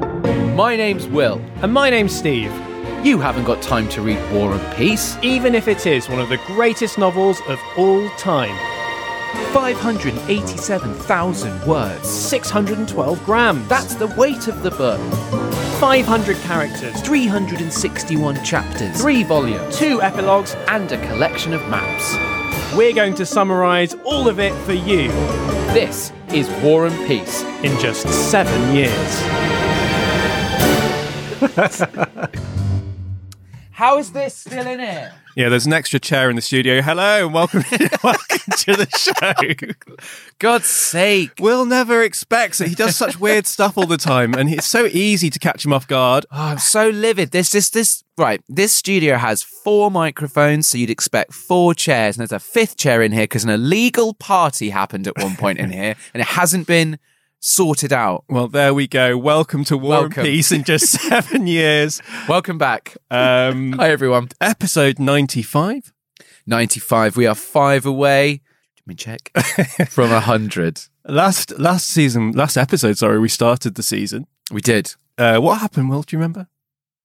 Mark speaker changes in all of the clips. Speaker 1: My name's Will.
Speaker 2: And my name's Steve.
Speaker 1: You haven't got time to read War and Peace.
Speaker 2: Even if it is one of the greatest novels of all time,
Speaker 1: 587,000 words.
Speaker 2: 612 grams.
Speaker 1: That's the weight of the book.
Speaker 2: 500 characters,
Speaker 1: 361 chapters, 3 volumes,
Speaker 2: two epilogues.
Speaker 1: and a collection of maps.
Speaker 2: We're going to summarise all of it for you
Speaker 1: This is War and Peace.
Speaker 2: in just seven years.
Speaker 1: How is this still in it?
Speaker 3: Yeah, there's an extra chair in the studio. Hello and welcome, welcome to the show.
Speaker 1: God's sake.
Speaker 3: Will never expects it. He does such weird stuff all the time, and it's so easy to catch him off guard.
Speaker 1: Oh, I'm so livid. This, this, this. Right, this studio has four microphones, so you'd expect four chairs, and there's a fifth chair in here because an illegal party happened at one point in here, and it hasn't been sorted out.
Speaker 3: Well, there we go. Welcome to War
Speaker 1: Welcome.
Speaker 3: and Peace in just seven years.
Speaker 1: Welcome back.
Speaker 3: Um,
Speaker 1: Hi, everyone.
Speaker 3: episode 95.
Speaker 1: 95. We are five away. Let me check. From 100.
Speaker 3: Last last season, last episode, sorry, we started the season.
Speaker 1: We did.
Speaker 3: Uh, what happened, Will? Do you remember?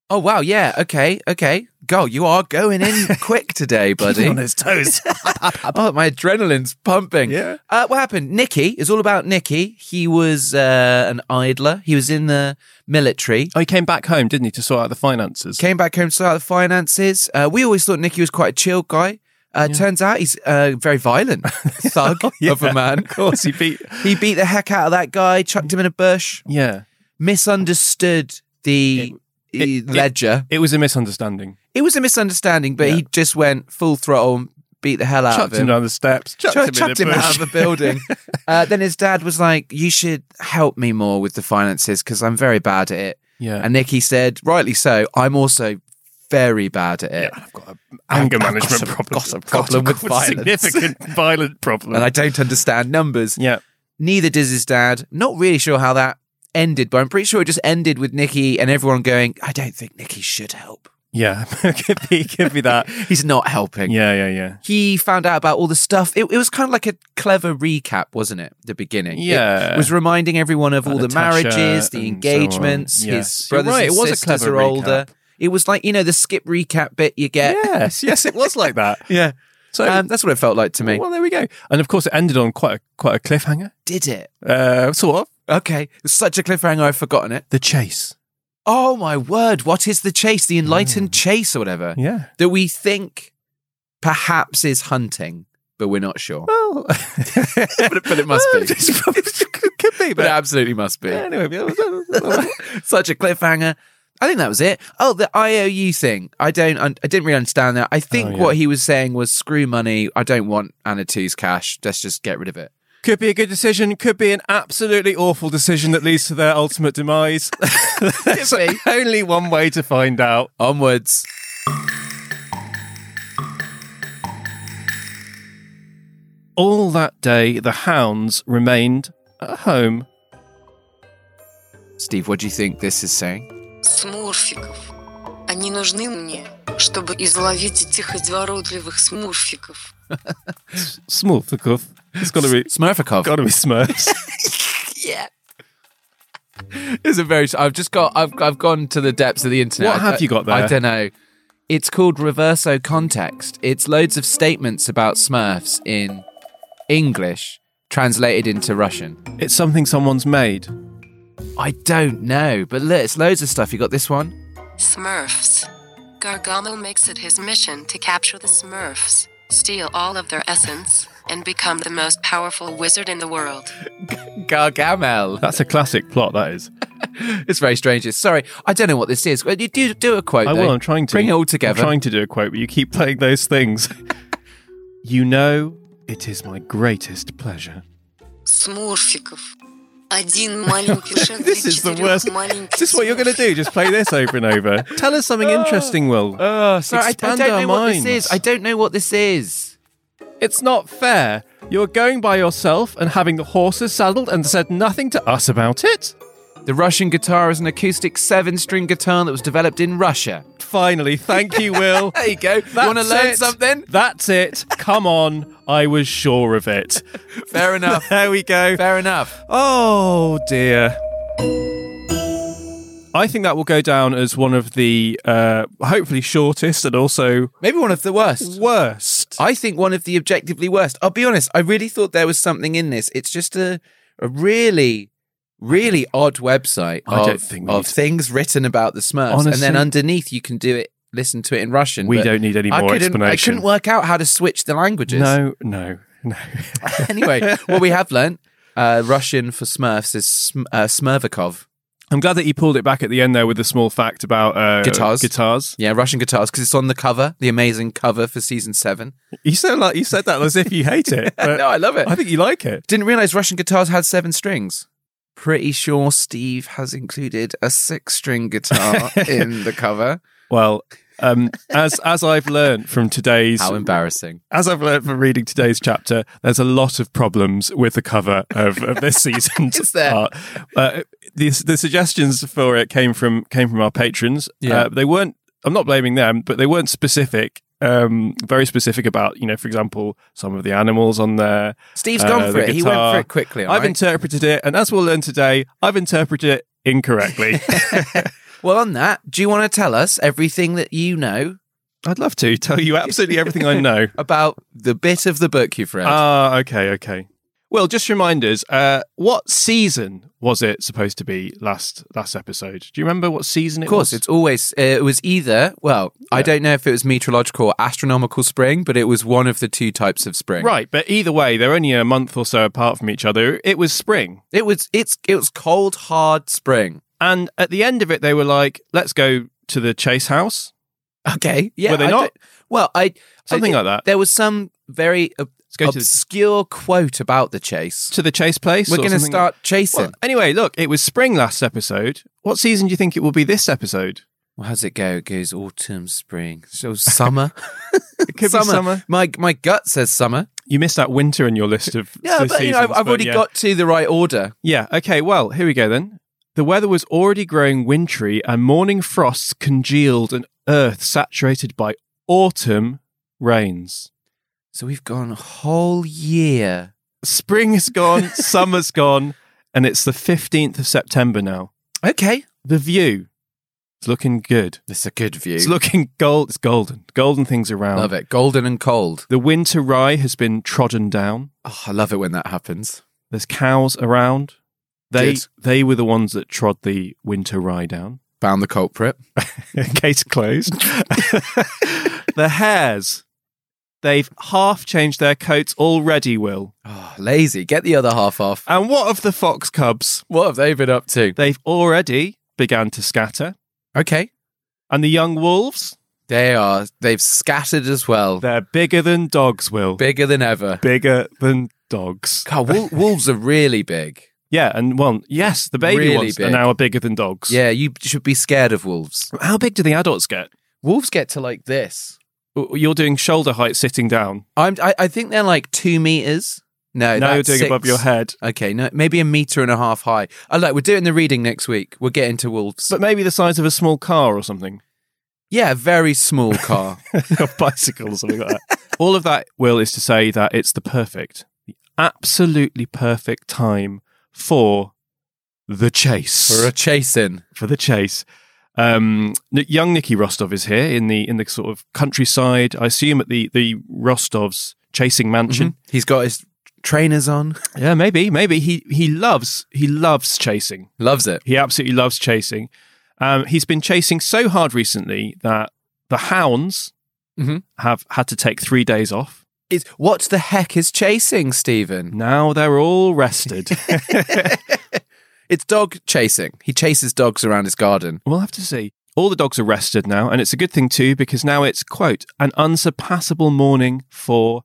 Speaker 1: Oh, wow. Yeah. Okay. Okay. Go. You are going in quick today, buddy.
Speaker 3: On his toes.
Speaker 1: oh, my adrenaline's pumping.
Speaker 3: Yeah.
Speaker 1: Uh, what happened? Nicky is all about Nicky. He was uh, an idler. He was in the military.
Speaker 3: oh, he came back home, didn't he, to sort out the finances?
Speaker 1: Came back home, sort out the finances. Uh, we always thought Nicky was quite a chill guy. Uh, Turns out he's uh, very violent thug
Speaker 3: Oh, Yeah,
Speaker 1: of a man.
Speaker 3: Of course, he beat.
Speaker 1: He beat the heck out of that guy, chucked him in a bush.
Speaker 3: Yeah,
Speaker 1: misunderstood the eh,
Speaker 3: it-
Speaker 1: ledger.
Speaker 3: it was a misunderstanding.
Speaker 1: It, was a misunderstanding, but
Speaker 3: Yeah.
Speaker 1: he just went full throttle and beat the hell out of
Speaker 3: Chucked him
Speaker 1: him.
Speaker 3: down the steps. Chucked,
Speaker 1: Chu-
Speaker 3: him, in the bush.
Speaker 1: out of a building. uh, then his dad was like, "You should help me more with the finances because I'm very bad at it."
Speaker 3: Yeah.
Speaker 1: And Nicky said, rightly so, I'm also very bad at it,
Speaker 3: I've got an anger management
Speaker 1: some-
Speaker 3: problem.
Speaker 1: got some
Speaker 3: I've got
Speaker 1: problem with
Speaker 3: some
Speaker 1: violence.
Speaker 3: Significant violent problem.
Speaker 1: and I don't understand numbers.
Speaker 3: yeah.
Speaker 1: Neither does his dad. Not really sure how that ended, but I'm pretty sure it just ended with Nicky and everyone going, "I don't think Nicky should help.
Speaker 3: Yeah. could be could be that.
Speaker 1: He's not helping."
Speaker 3: Yeah, yeah, yeah.
Speaker 1: he found out about all the stuff. It, it was kind of like a clever recap, wasn't it? The beginning. It
Speaker 3: Yeah.
Speaker 1: was reminding everyone of all the
Speaker 3: Natasha
Speaker 1: marriages, the
Speaker 3: and so on.
Speaker 1: engagements,
Speaker 3: Yes.
Speaker 1: his
Speaker 3: You're
Speaker 1: brothers
Speaker 3: right,
Speaker 1: and
Speaker 3: it was a
Speaker 1: sisters
Speaker 3: clever
Speaker 1: are older.
Speaker 3: recap.
Speaker 1: It was like, you know, the skip recap bit you get.
Speaker 3: Yes, yes, it was like that.
Speaker 1: Yeah.
Speaker 3: So
Speaker 1: Um, that's what it felt like to me.
Speaker 3: well there we go. And of course it ended on quite a quite a cliffhanger.
Speaker 1: Did it?
Speaker 3: Uh sort of.
Speaker 1: Okay. It was such a cliffhanger, I've forgotten it.
Speaker 3: The chase.
Speaker 1: Oh my word. What is the chase? The enlightened chase or whatever
Speaker 3: Mm. Yeah.
Speaker 1: that we think perhaps is hunting, but we're not sure.
Speaker 3: Well
Speaker 1: But it- but it must be.
Speaker 3: It's probably- it could be,
Speaker 1: But it
Speaker 3: but
Speaker 1: absolutely must be.
Speaker 3: anyway, but-
Speaker 1: Such a cliffhanger. I think that was it. Oh, the IOU thing. I don't. un- I didn't really understand that. I think
Speaker 3: Oh, yeah.
Speaker 1: what he was saying was screw money. I don't want Anna Two's cash. Let's just get rid of it.
Speaker 3: could be a good decision, could be an absolutely awful decision that leads to their ultimate demise. There's
Speaker 1: be.
Speaker 3: only one way to find out.
Speaker 1: Onwards.
Speaker 3: All that day, the hounds remained at home.
Speaker 1: Steve, what do you think this is saying?
Speaker 4: Смурфиков. Они нужны мне, чтобы изловить этих изворотливых смурфиков.
Speaker 3: Smurfs. It's got to be.
Speaker 1: Smurfikov.
Speaker 3: Got to be Smurfs.
Speaker 4: Yeah.
Speaker 1: It's a very. I've just got. I've. I've gone to the depths of the internet.
Speaker 3: What
Speaker 1: I-
Speaker 3: have you got there?
Speaker 1: I don't know. It's called reverso context. It's loads of statements about Smurfs in English translated into Russian.
Speaker 3: it's something someone's made.
Speaker 1: I don't know, but look, it's loads of stuff. You got this one?
Speaker 4: Smurfs. Gargamel makes it his mission to capture the Smurfs, steal all of their essence, and become the most powerful wizard in the world.
Speaker 1: Gargamel.
Speaker 3: That's a classic plot. That is.
Speaker 1: It's very strange. It's- Sorry, I don't know what this is. Well, You do do a quote.
Speaker 3: I
Speaker 1: though.
Speaker 3: will. I'm trying to
Speaker 1: bring it all
Speaker 3: I'm
Speaker 1: together.
Speaker 3: trying to do a quote, but you keep playing those things. you know, it is my greatest pleasure.
Speaker 4: Смурфиков. Один маленький шаг для
Speaker 3: This is the
Speaker 4: четырех
Speaker 3: worst.
Speaker 4: маленьких
Speaker 3: Is this what you're going to do? Just play this over and over. Tell us something interesting, Will.
Speaker 1: Oh, sorry, I- I,
Speaker 3: Expand
Speaker 1: don't
Speaker 3: our
Speaker 1: know what this
Speaker 3: minds.
Speaker 1: is. I don't know what this is.
Speaker 3: It's not fair. You're going by yourself and having the horses saddled and said nothing to us about it.
Speaker 1: The Russian guitar is an acoustic seven-string guitar that was developed in Russia.
Speaker 3: Finally, thank you, Will.
Speaker 1: There you go. you
Speaker 3: That's
Speaker 1: want to learn
Speaker 3: it.
Speaker 1: something?
Speaker 3: That's it. Come on. I was sure of it.
Speaker 1: Fair enough.
Speaker 3: There we go.
Speaker 1: Fair enough.
Speaker 3: Oh dear. Oh, I think that will go down as one of the uh, hopefully shortest and also
Speaker 1: Maybe one of the worst.
Speaker 3: worst.
Speaker 1: I think one of the objectively worst. I'll be honest, I really thought there was something in this. It's just a, a really, really odd website
Speaker 3: I
Speaker 1: of,
Speaker 3: don't think we
Speaker 1: of
Speaker 3: need-
Speaker 1: things written about the Smurfs. and then
Speaker 3: Honestly-
Speaker 1: underneath, you can do it, listen to it in Russian.
Speaker 3: We
Speaker 1: but
Speaker 3: don't need any
Speaker 1: I
Speaker 3: more
Speaker 1: couldn't- I
Speaker 3: explanation.
Speaker 1: couldn't work out how to switch the languages.
Speaker 3: No, no, no.
Speaker 1: anyway, what we have learnt uh, Russian for Smurfs is sm- uh, Smervikov.
Speaker 3: I'm glad that you pulled it back at the end there with a small fact about uh,
Speaker 1: Guitars.
Speaker 3: Guitars.
Speaker 1: Yeah, Russian guitars because it's on the cover, the amazing cover for season seven.
Speaker 3: You sound like you said that as if you hate it. But
Speaker 1: No, I love it.
Speaker 3: I think you like it.
Speaker 1: Didn't realize Russian guitars had seven strings. Pretty sure Steve has included a six string guitar in the cover.
Speaker 3: Well, um, as as I've learned from today's
Speaker 1: How embarrassing.
Speaker 3: as I've learned from reading today's chapter, there's a lot of problems with the cover of, of this season's
Speaker 1: Is there?
Speaker 3: art. Uh, the, the suggestions for it came from came from our patrons.
Speaker 1: Yeah.
Speaker 3: Uh, they weren't. I'm not blaming them, but they weren't specific. Um, very specific about you know, for example, some of the animals on there.
Speaker 1: Steve's
Speaker 3: uh,
Speaker 1: gone for
Speaker 3: the
Speaker 1: it. He went
Speaker 3: guitar.
Speaker 1: for it quickly.
Speaker 3: I've
Speaker 1: alright?
Speaker 3: interpreted it, and as we'll learn today, I've interpreted it incorrectly.
Speaker 1: well, on that, do you want to tell us everything that you know
Speaker 3: I'd love to tell you absolutely everything I know.
Speaker 1: about the bit of the book you've read?
Speaker 3: Ah, okay, okay. Well, just remind us, uh, what season was it supposed to be last last episode? Do you remember what season it
Speaker 1: Of course,
Speaker 3: was?
Speaker 1: it's always uh, it was either well, I don't know if it was meteorological or astronomical spring, but it was one of the two types of spring.
Speaker 3: Right, but either way, they're only a month or so apart from each other. It was spring.
Speaker 1: It was it's it was cold hard spring.
Speaker 3: And at the end of it, they were like, let's go to the Chase house.
Speaker 1: Okay, yeah.
Speaker 3: Were they
Speaker 1: I
Speaker 3: not?
Speaker 1: don't- Well, I
Speaker 3: Something
Speaker 1: I-
Speaker 3: like that.
Speaker 1: There was some very ob-
Speaker 3: Let's go to the,
Speaker 1: obscure quote about the chase.
Speaker 3: to the Chase place.
Speaker 1: We're
Speaker 3: or
Speaker 1: going to
Speaker 3: something.
Speaker 1: start chasing.
Speaker 3: Well, anyway, look, it was spring last episode. What season do you think it will be this episode?
Speaker 1: Well, how's it go? It goes autumn, spring, so summer.
Speaker 3: It could be summer.
Speaker 1: My my gut says summer.
Speaker 3: You missed out winter in your list of
Speaker 1: Yeah,
Speaker 3: the
Speaker 1: but you know, I've,
Speaker 3: seasons,
Speaker 1: I've
Speaker 3: but
Speaker 1: already
Speaker 3: yeah.
Speaker 1: got to the right order.
Speaker 3: Yeah, okay, well, here we go then. The weather was already growing wintry and morning frosts congealed and earth saturated by autumn rains.
Speaker 1: So we've gone a whole year
Speaker 3: Spring is gone, summer's gone, and it's the 15th of September now.
Speaker 1: Okay.
Speaker 3: The view is looking good.
Speaker 1: It's a good view.
Speaker 3: It's looking gold. It's golden. Golden things around.
Speaker 1: love it. Golden and cold.
Speaker 3: The winter rye has been trodden down.
Speaker 1: Oh, I love it when that happens.
Speaker 3: There's cows around. They
Speaker 1: Good.
Speaker 3: they were the ones that trod the winter rye down.
Speaker 1: Found the culprit.
Speaker 3: Case closed. the hares. They've half changed their coats already, Will.
Speaker 1: Oh, lazy. Get the other half off.
Speaker 3: And what of the fox cubs?
Speaker 1: What have they been up to?
Speaker 3: They've already began to scatter.
Speaker 1: Okay.
Speaker 3: And the young wolves?
Speaker 1: They are. They've scattered as well.
Speaker 3: They're bigger than dogs, Will.
Speaker 1: Bigger than ever.
Speaker 3: bigger than dogs.
Speaker 1: God, wol- wolves are really big.
Speaker 3: Yeah, and one, yes, the baby
Speaker 1: Really
Speaker 3: ones
Speaker 1: big.
Speaker 3: are now bigger than dogs.
Speaker 1: Yeah, you should be scared of wolves.
Speaker 3: How big do the adults get?
Speaker 1: Wolves get to like this.
Speaker 3: W- You're doing shoulder height sitting down.
Speaker 1: I'm, I, I think they're like two meters. No,
Speaker 3: now you're
Speaker 1: Uh, that's
Speaker 3: doing
Speaker 1: six.
Speaker 3: above your head.
Speaker 1: Okay, no, maybe a meter and a half high. I like. We're doing the reading next week. We'll get into wolves.
Speaker 3: But maybe the size of a small car or something.
Speaker 1: yeah, very small car.
Speaker 3: a bicycle or something like that. All of that, Will, is to say that it's the perfect, the absolutely perfect time for the chase.
Speaker 1: for a chasing.
Speaker 3: For the chase. Um, N- young Nicky Rostov is here in the in the sort of countryside. I assume at the the Rostov's chasing mansion.
Speaker 1: He's got his trainers on.
Speaker 3: Mm-hmm. Yeah, maybe, maybe he he loves he loves chasing.
Speaker 1: Loves it.
Speaker 3: He absolutely loves chasing. Um, he's been chasing so hard recently that the hounds
Speaker 1: Mhm.
Speaker 3: have had to take three days off.
Speaker 1: It's, what the heck is chasing, Stephen?
Speaker 3: Now they're all rested.
Speaker 1: It's dog chasing. He chases dogs around his garden.
Speaker 3: we'll have to see. All the dogs are rested now, and it's a good thing too, because now it's, quote, an unsurpassable morning for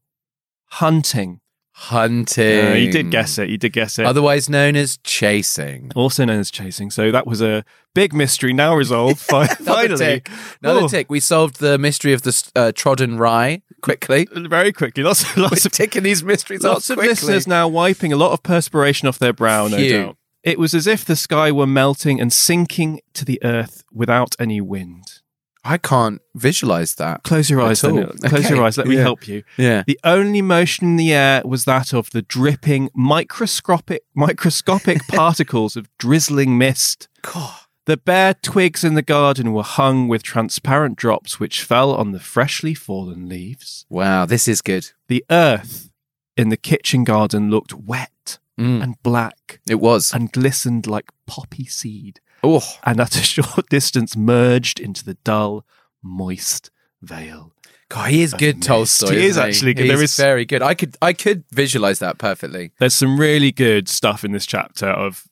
Speaker 3: hunting.
Speaker 1: Hunting.
Speaker 3: Uh, you did guess it. You did guess it.
Speaker 1: Otherwise known as chasing.
Speaker 3: also known as chasing. So that was a big mystery now resolved. Fi-
Speaker 1: Another
Speaker 3: finally.
Speaker 1: tick. Another
Speaker 3: Oh,
Speaker 1: tick. We solved the mystery of the uh, trodden rye quickly.
Speaker 3: Very quickly. Lots, lots
Speaker 1: We're
Speaker 3: of
Speaker 1: ticking these mysteries off
Speaker 3: Lots of
Speaker 1: quickly.
Speaker 3: listeners now wiping a lot of perspiration off their brow, no
Speaker 1: Phew.
Speaker 3: doubt. It was as if the sky were melting and sinking to the earth without any wind.
Speaker 1: I can't visualize that.
Speaker 3: Close your eyes,
Speaker 1: At all.
Speaker 3: Daniel. Close
Speaker 1: Okay.
Speaker 3: your eyes. Let me
Speaker 1: Yeah.
Speaker 3: help you.
Speaker 1: Yeah.
Speaker 3: The only motion in the air was that of the dripping microscopic microscopic particles of drizzling mist.
Speaker 1: God.
Speaker 3: The bare twigs in the garden were hung with transparent drops which fell on the freshly fallen leaves.
Speaker 1: Wow, this is good.
Speaker 3: The earth in the kitchen garden looked wet
Speaker 1: Mm,
Speaker 3: and black
Speaker 1: it was.
Speaker 3: and glistened like poppy seed,
Speaker 1: Oh,
Speaker 3: and at a short distance merged into the dull, moist veil.
Speaker 1: God, he is good,
Speaker 3: Amazing.
Speaker 1: Tolstoy.
Speaker 3: He is
Speaker 1: isn't
Speaker 3: actually good.
Speaker 1: He's
Speaker 3: There is-
Speaker 1: very good. I could I could visualize that perfectly.
Speaker 3: There's some really good stuff in this chapter of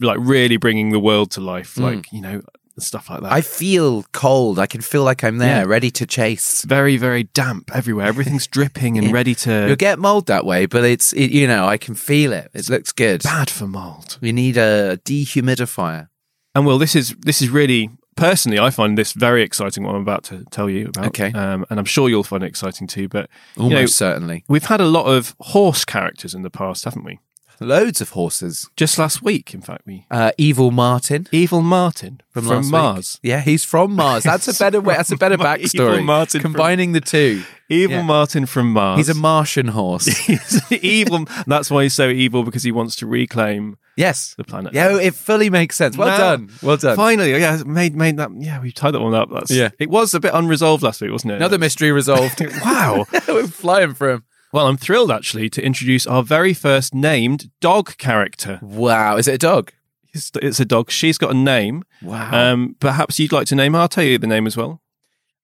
Speaker 3: like really bringing the world to life, like, you know, stuff like that.
Speaker 1: I feel cold. I can feel like I'm there,
Speaker 3: Yeah.
Speaker 1: ready to chase.
Speaker 3: It's very, very damp everywhere. Everything's dripping and ready to.
Speaker 1: You'll get mold that way, but it's it, you know I can feel it. It looks good.
Speaker 3: bad for mold.
Speaker 1: We need a dehumidifier.
Speaker 3: And well, this is this is really personally, I find this very exciting. What I'm about to tell you about.
Speaker 1: Okay.
Speaker 3: um, and I'm sure you'll find it exciting too. But
Speaker 1: Almost
Speaker 3: you know,
Speaker 1: certainly.
Speaker 3: we've had a lot of horse characters in the past, haven't we?
Speaker 1: Loads of horses.
Speaker 3: Just last week, in fact, we
Speaker 1: Uh, Evil Martin
Speaker 3: evil Martin from,
Speaker 1: last week.
Speaker 3: Mars.
Speaker 1: Yeah, he's from Mars. That's a better way. That's a better
Speaker 3: Evil
Speaker 1: backstory.
Speaker 3: Martin from-
Speaker 1: combining the two.
Speaker 3: Evil
Speaker 1: Yeah.
Speaker 3: Martin from Mars.
Speaker 1: He's a Martian horse.
Speaker 3: He's evil. and That's why he's so evil because he wants to reclaim
Speaker 1: yes.
Speaker 3: the planet.
Speaker 1: Yeah, it fully makes sense. Well
Speaker 3: Now-
Speaker 1: done. Well done.
Speaker 3: Finally, oh, yeah, made made that. Yeah, we tied that one up. That's,
Speaker 1: Yeah.
Speaker 3: it was a bit unresolved last week, wasn't it?
Speaker 1: Another mystery resolved.
Speaker 3: Wow.
Speaker 1: We're flying for him.
Speaker 3: Well, I'm thrilled actually to introduce our very first named dog character.
Speaker 1: Wow. Is it a dog?
Speaker 3: It's, it's a dog. She's got a name.
Speaker 1: Wow.
Speaker 3: Um, perhaps you'd like to name her. I'll tell you the name as well.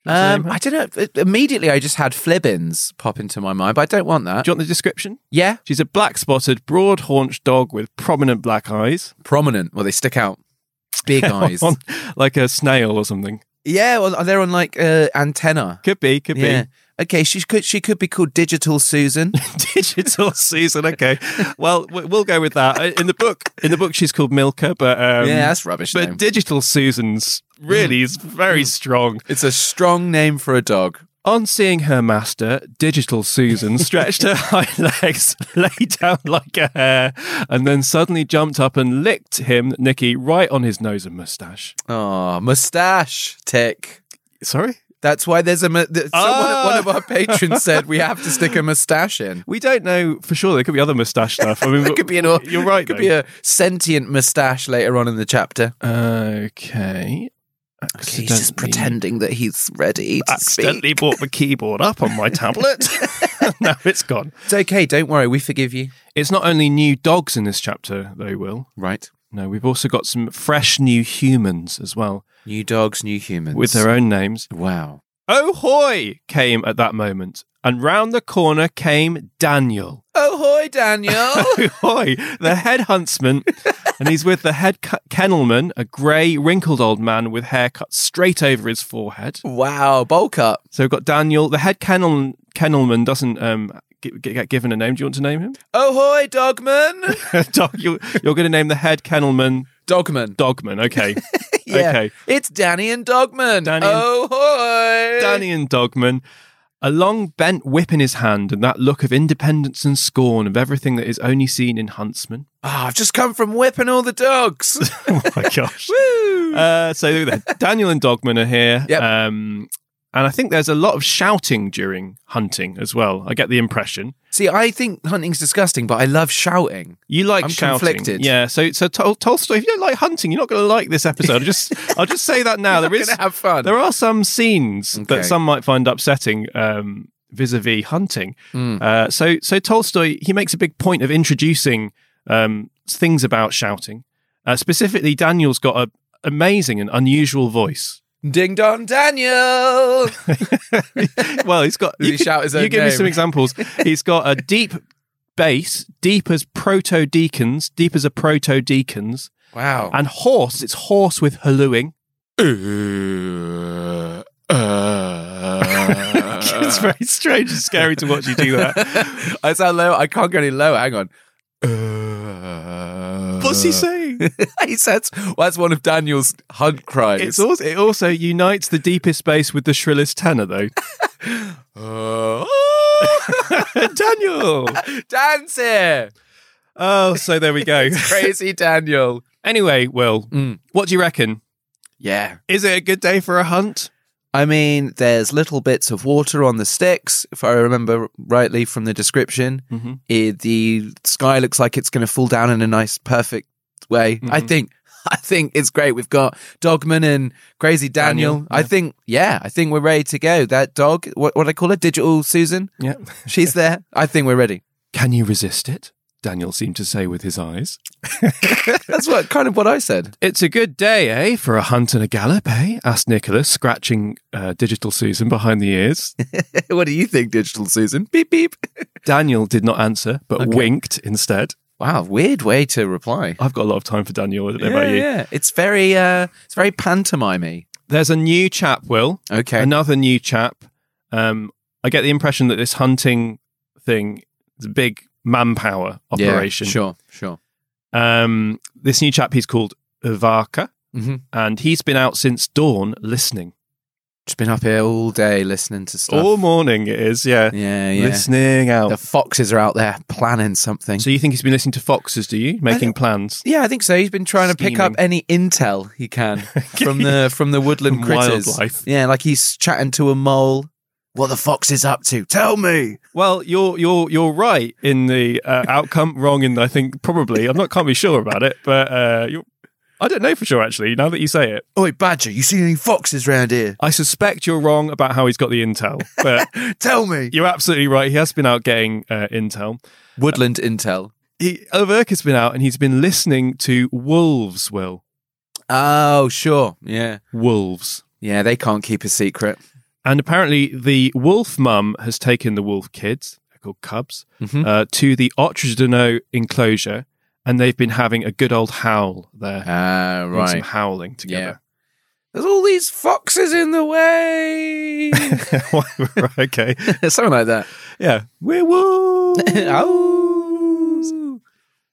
Speaker 1: Um, I don't know. It- Immediately, I just had flibbins pop into my mind, but I don't want that.
Speaker 3: Do you want the description?
Speaker 1: Yeah.
Speaker 3: She's a black spotted, broad haunched dog with prominent black eyes.
Speaker 1: Prominent. Well, they stick out. Big eyes.
Speaker 3: On- like a snail or something.
Speaker 1: Yeah. Well, they're on like uh, antenna.
Speaker 3: Could be, could
Speaker 1: Yeah. Okay. She could. She could be called Digital Susan.
Speaker 3: be. Digital season. Okay. Well, we- we'll go with that. Uh, In the book, in the book, she's called Milka, but um,
Speaker 1: yeah, that's rubbish.
Speaker 3: but
Speaker 1: name.
Speaker 3: digital Susan's really is
Speaker 1: Hmm.
Speaker 3: very strong.
Speaker 1: It's a strong name for a dog.
Speaker 3: On seeing her master, Digital Susan stretched her hind legs, lay down like a hare, and then suddenly jumped up and licked him, Nicky, right on his nose and mustache.
Speaker 1: Oh, mustache tick.
Speaker 3: Sorry?
Speaker 1: That's why there's a. mu- th- Someone,
Speaker 3: Ah.
Speaker 1: One of our patrons said we have to stick a mustache in.
Speaker 3: We don't know for sure. There could be other mustache stuff. I mean,
Speaker 1: There could be an. au-
Speaker 3: You're right.
Speaker 1: Could be a sentient mustache later on in the chapter.
Speaker 3: okay.
Speaker 1: He's just pretending that he's ready to
Speaker 3: Accidentally
Speaker 1: speak.
Speaker 3: brought the keyboard up on my tablet. now it's gone.
Speaker 1: It's okay. Don't worry. We forgive you.
Speaker 3: It's not only new dogs in this chapter, though, Will.
Speaker 1: Right.
Speaker 3: No, we've also got some fresh new humans as well,
Speaker 1: New dogs, new humans.
Speaker 3: with their own names.
Speaker 1: Wow.
Speaker 3: Ahoy! came at that moment, and round the corner came Daniel.
Speaker 1: Oh, hoi, Daniel.
Speaker 3: Ahoy! The head huntsman, and he's with the head cu- kennelman, a grey, wrinkled old man with hair cut straight over his forehead.
Speaker 1: wow. Bulk up.
Speaker 3: So we've got Daniel. The head kennel- kennelman doesn't um, get, get given a name. Do you want to name him?
Speaker 1: Oh, hoi, dogman.
Speaker 3: Dog, you, you're going to name the head kennelman
Speaker 1: Dogman.
Speaker 3: Dogman. Okay. Okay.
Speaker 1: It's Danny and Dogman.
Speaker 3: Danny and-
Speaker 1: oh, hoi.
Speaker 3: Danny and Dogman, a long bent whip in his hand, and that look of independence and scorn of everything that is only seen in huntsmen.
Speaker 1: Ah, I've just come from whipping all the dogs.
Speaker 3: oh my gosh.
Speaker 1: Woo!
Speaker 3: Uh, so look at that. Daniel and Dogman are here.
Speaker 1: Yep.
Speaker 3: Um, and I think there's a lot of shouting during hunting as well. I get the impression.
Speaker 1: See, I think hunting's disgusting, but I love shouting.
Speaker 3: You like
Speaker 1: I'm
Speaker 3: shouting.
Speaker 1: conflicted.
Speaker 3: Yeah. So so Tol- Tolstoy, if you don't like hunting, you're not going to like this episode. I'll just I'll just say that now. There
Speaker 1: We're
Speaker 3: is
Speaker 1: gonna have fun.
Speaker 3: there are some scenes
Speaker 1: Okay.
Speaker 3: that some might find upsetting um, vis-a-vis hunting.
Speaker 1: Mm.
Speaker 3: Uh, so, so Tolstoy he makes a big point of introducing um, things about shouting. Uh, specifically, Daniel's got an amazing and unusual voice.
Speaker 1: Ding dong, Daniel.
Speaker 3: well, he's got.
Speaker 1: Does he
Speaker 3: can-
Speaker 1: shout his own
Speaker 3: you give me
Speaker 1: name?
Speaker 3: some examples. he's got a deep bass, deep as proto deacons, deep as a proto deacons,
Speaker 1: wow.
Speaker 3: and hoarse. It's hoarse with hallooing. Uh, it's
Speaker 1: Uh.
Speaker 3: very strange and scary to watch you uh. do that.
Speaker 1: I sound low. I can't go any lower. Hang on.
Speaker 3: What's
Speaker 1: Uh.
Speaker 3: he saying?
Speaker 1: he says well, that's one of Daniel's hunt cries.
Speaker 3: It's also, it also unites the deepest bass with the shrillest tenor, though. Daniel.
Speaker 1: Dance here.
Speaker 3: Oh, so there we go.
Speaker 1: Crazy Daniel.
Speaker 3: Anyway, Will,
Speaker 1: Mm.
Speaker 3: what do you reckon?
Speaker 1: Yeah.
Speaker 3: Is it a good day for a hunt?
Speaker 1: I mean, there's little bits of water on the sticks, if I remember rightly from the description.
Speaker 3: Mhm.
Speaker 1: It, the sky looks like it's going to fall down in a nice, perfect way. I
Speaker 3: Mhm.
Speaker 1: think I think it's great. We've got Dogman and Crazy Daniel.
Speaker 3: Daniel,
Speaker 1: I think, yeah, I think we're ready to go. That dog, what what do I call her, digital Susan.
Speaker 3: Yeah.
Speaker 1: She's there. I think we're ready.
Speaker 3: Can you resist it? Daniel seemed to say with his eyes.
Speaker 1: That's what kind of what I said.
Speaker 3: It's a good day, eh, for a hunt and a gallop, eh? asked Nicholas, scratching uh, Digital Susan behind the ears.
Speaker 1: what do you think, digital Susan? Beep beep.
Speaker 3: Daniel did not answer, but winked instead.
Speaker 1: Wow, weird way to reply.
Speaker 3: I've got a lot of time for Daniel. I don't know about you.
Speaker 1: yeah. It's very uh it's very pantomimey.
Speaker 3: There's a new chap, Will.
Speaker 1: Okay.
Speaker 3: Another new chap. Um, I get the impression that this hunting thing is a big manpower operation.
Speaker 1: Yeah, sure, sure.
Speaker 3: Um, this new chap, he's called Ivaka,
Speaker 1: Mhm.
Speaker 3: and he's been out since dawn listening.
Speaker 1: Just been up here all day listening to stuff.
Speaker 3: All morning it is, yeah.
Speaker 1: yeah, yeah.
Speaker 3: Listening out.
Speaker 1: The foxes are out there planning something.
Speaker 3: so you think he's been listening to foxes, do you? Making plans.
Speaker 1: yeah, I think so. He's been trying to pick up
Speaker 3: Scheming.
Speaker 1: any intel he can from the from the woodland
Speaker 3: From
Speaker 1: critters.
Speaker 3: wildlife.
Speaker 1: Yeah, like he's chatting to a mole. What the fox is up to? Tell me.
Speaker 3: Well, you're you're you're right in the uh, outcome, wrong in I think probably. I'm not can't be sure about it, but uh, you're, I don't know for sure actually. Now that you say it,
Speaker 1: Oi, Badger, you seen any foxes round here?
Speaker 3: I suspect you're wrong about how he's got the intel, but
Speaker 1: Tell me.
Speaker 3: you're absolutely right. He has been out getting uh, intel.
Speaker 1: Woodland intel.
Speaker 3: He Overk has been out and he's been listening to wolves. Will
Speaker 1: Oh, sure. Yeah.
Speaker 3: wolves?
Speaker 1: Yeah, they can't keep a secret.
Speaker 3: And apparently, the wolf mum has taken the wolf kids, they're called cubs, uh, to the Otradino enclosure, and they've been having a good old howl there.
Speaker 1: Ah,
Speaker 3: Doing
Speaker 1: right.
Speaker 3: Some howling together.
Speaker 1: There's all these foxes in the way.
Speaker 3: okay.
Speaker 1: Something like that.
Speaker 3: Yeah. Werewolves.
Speaker 1: Ow.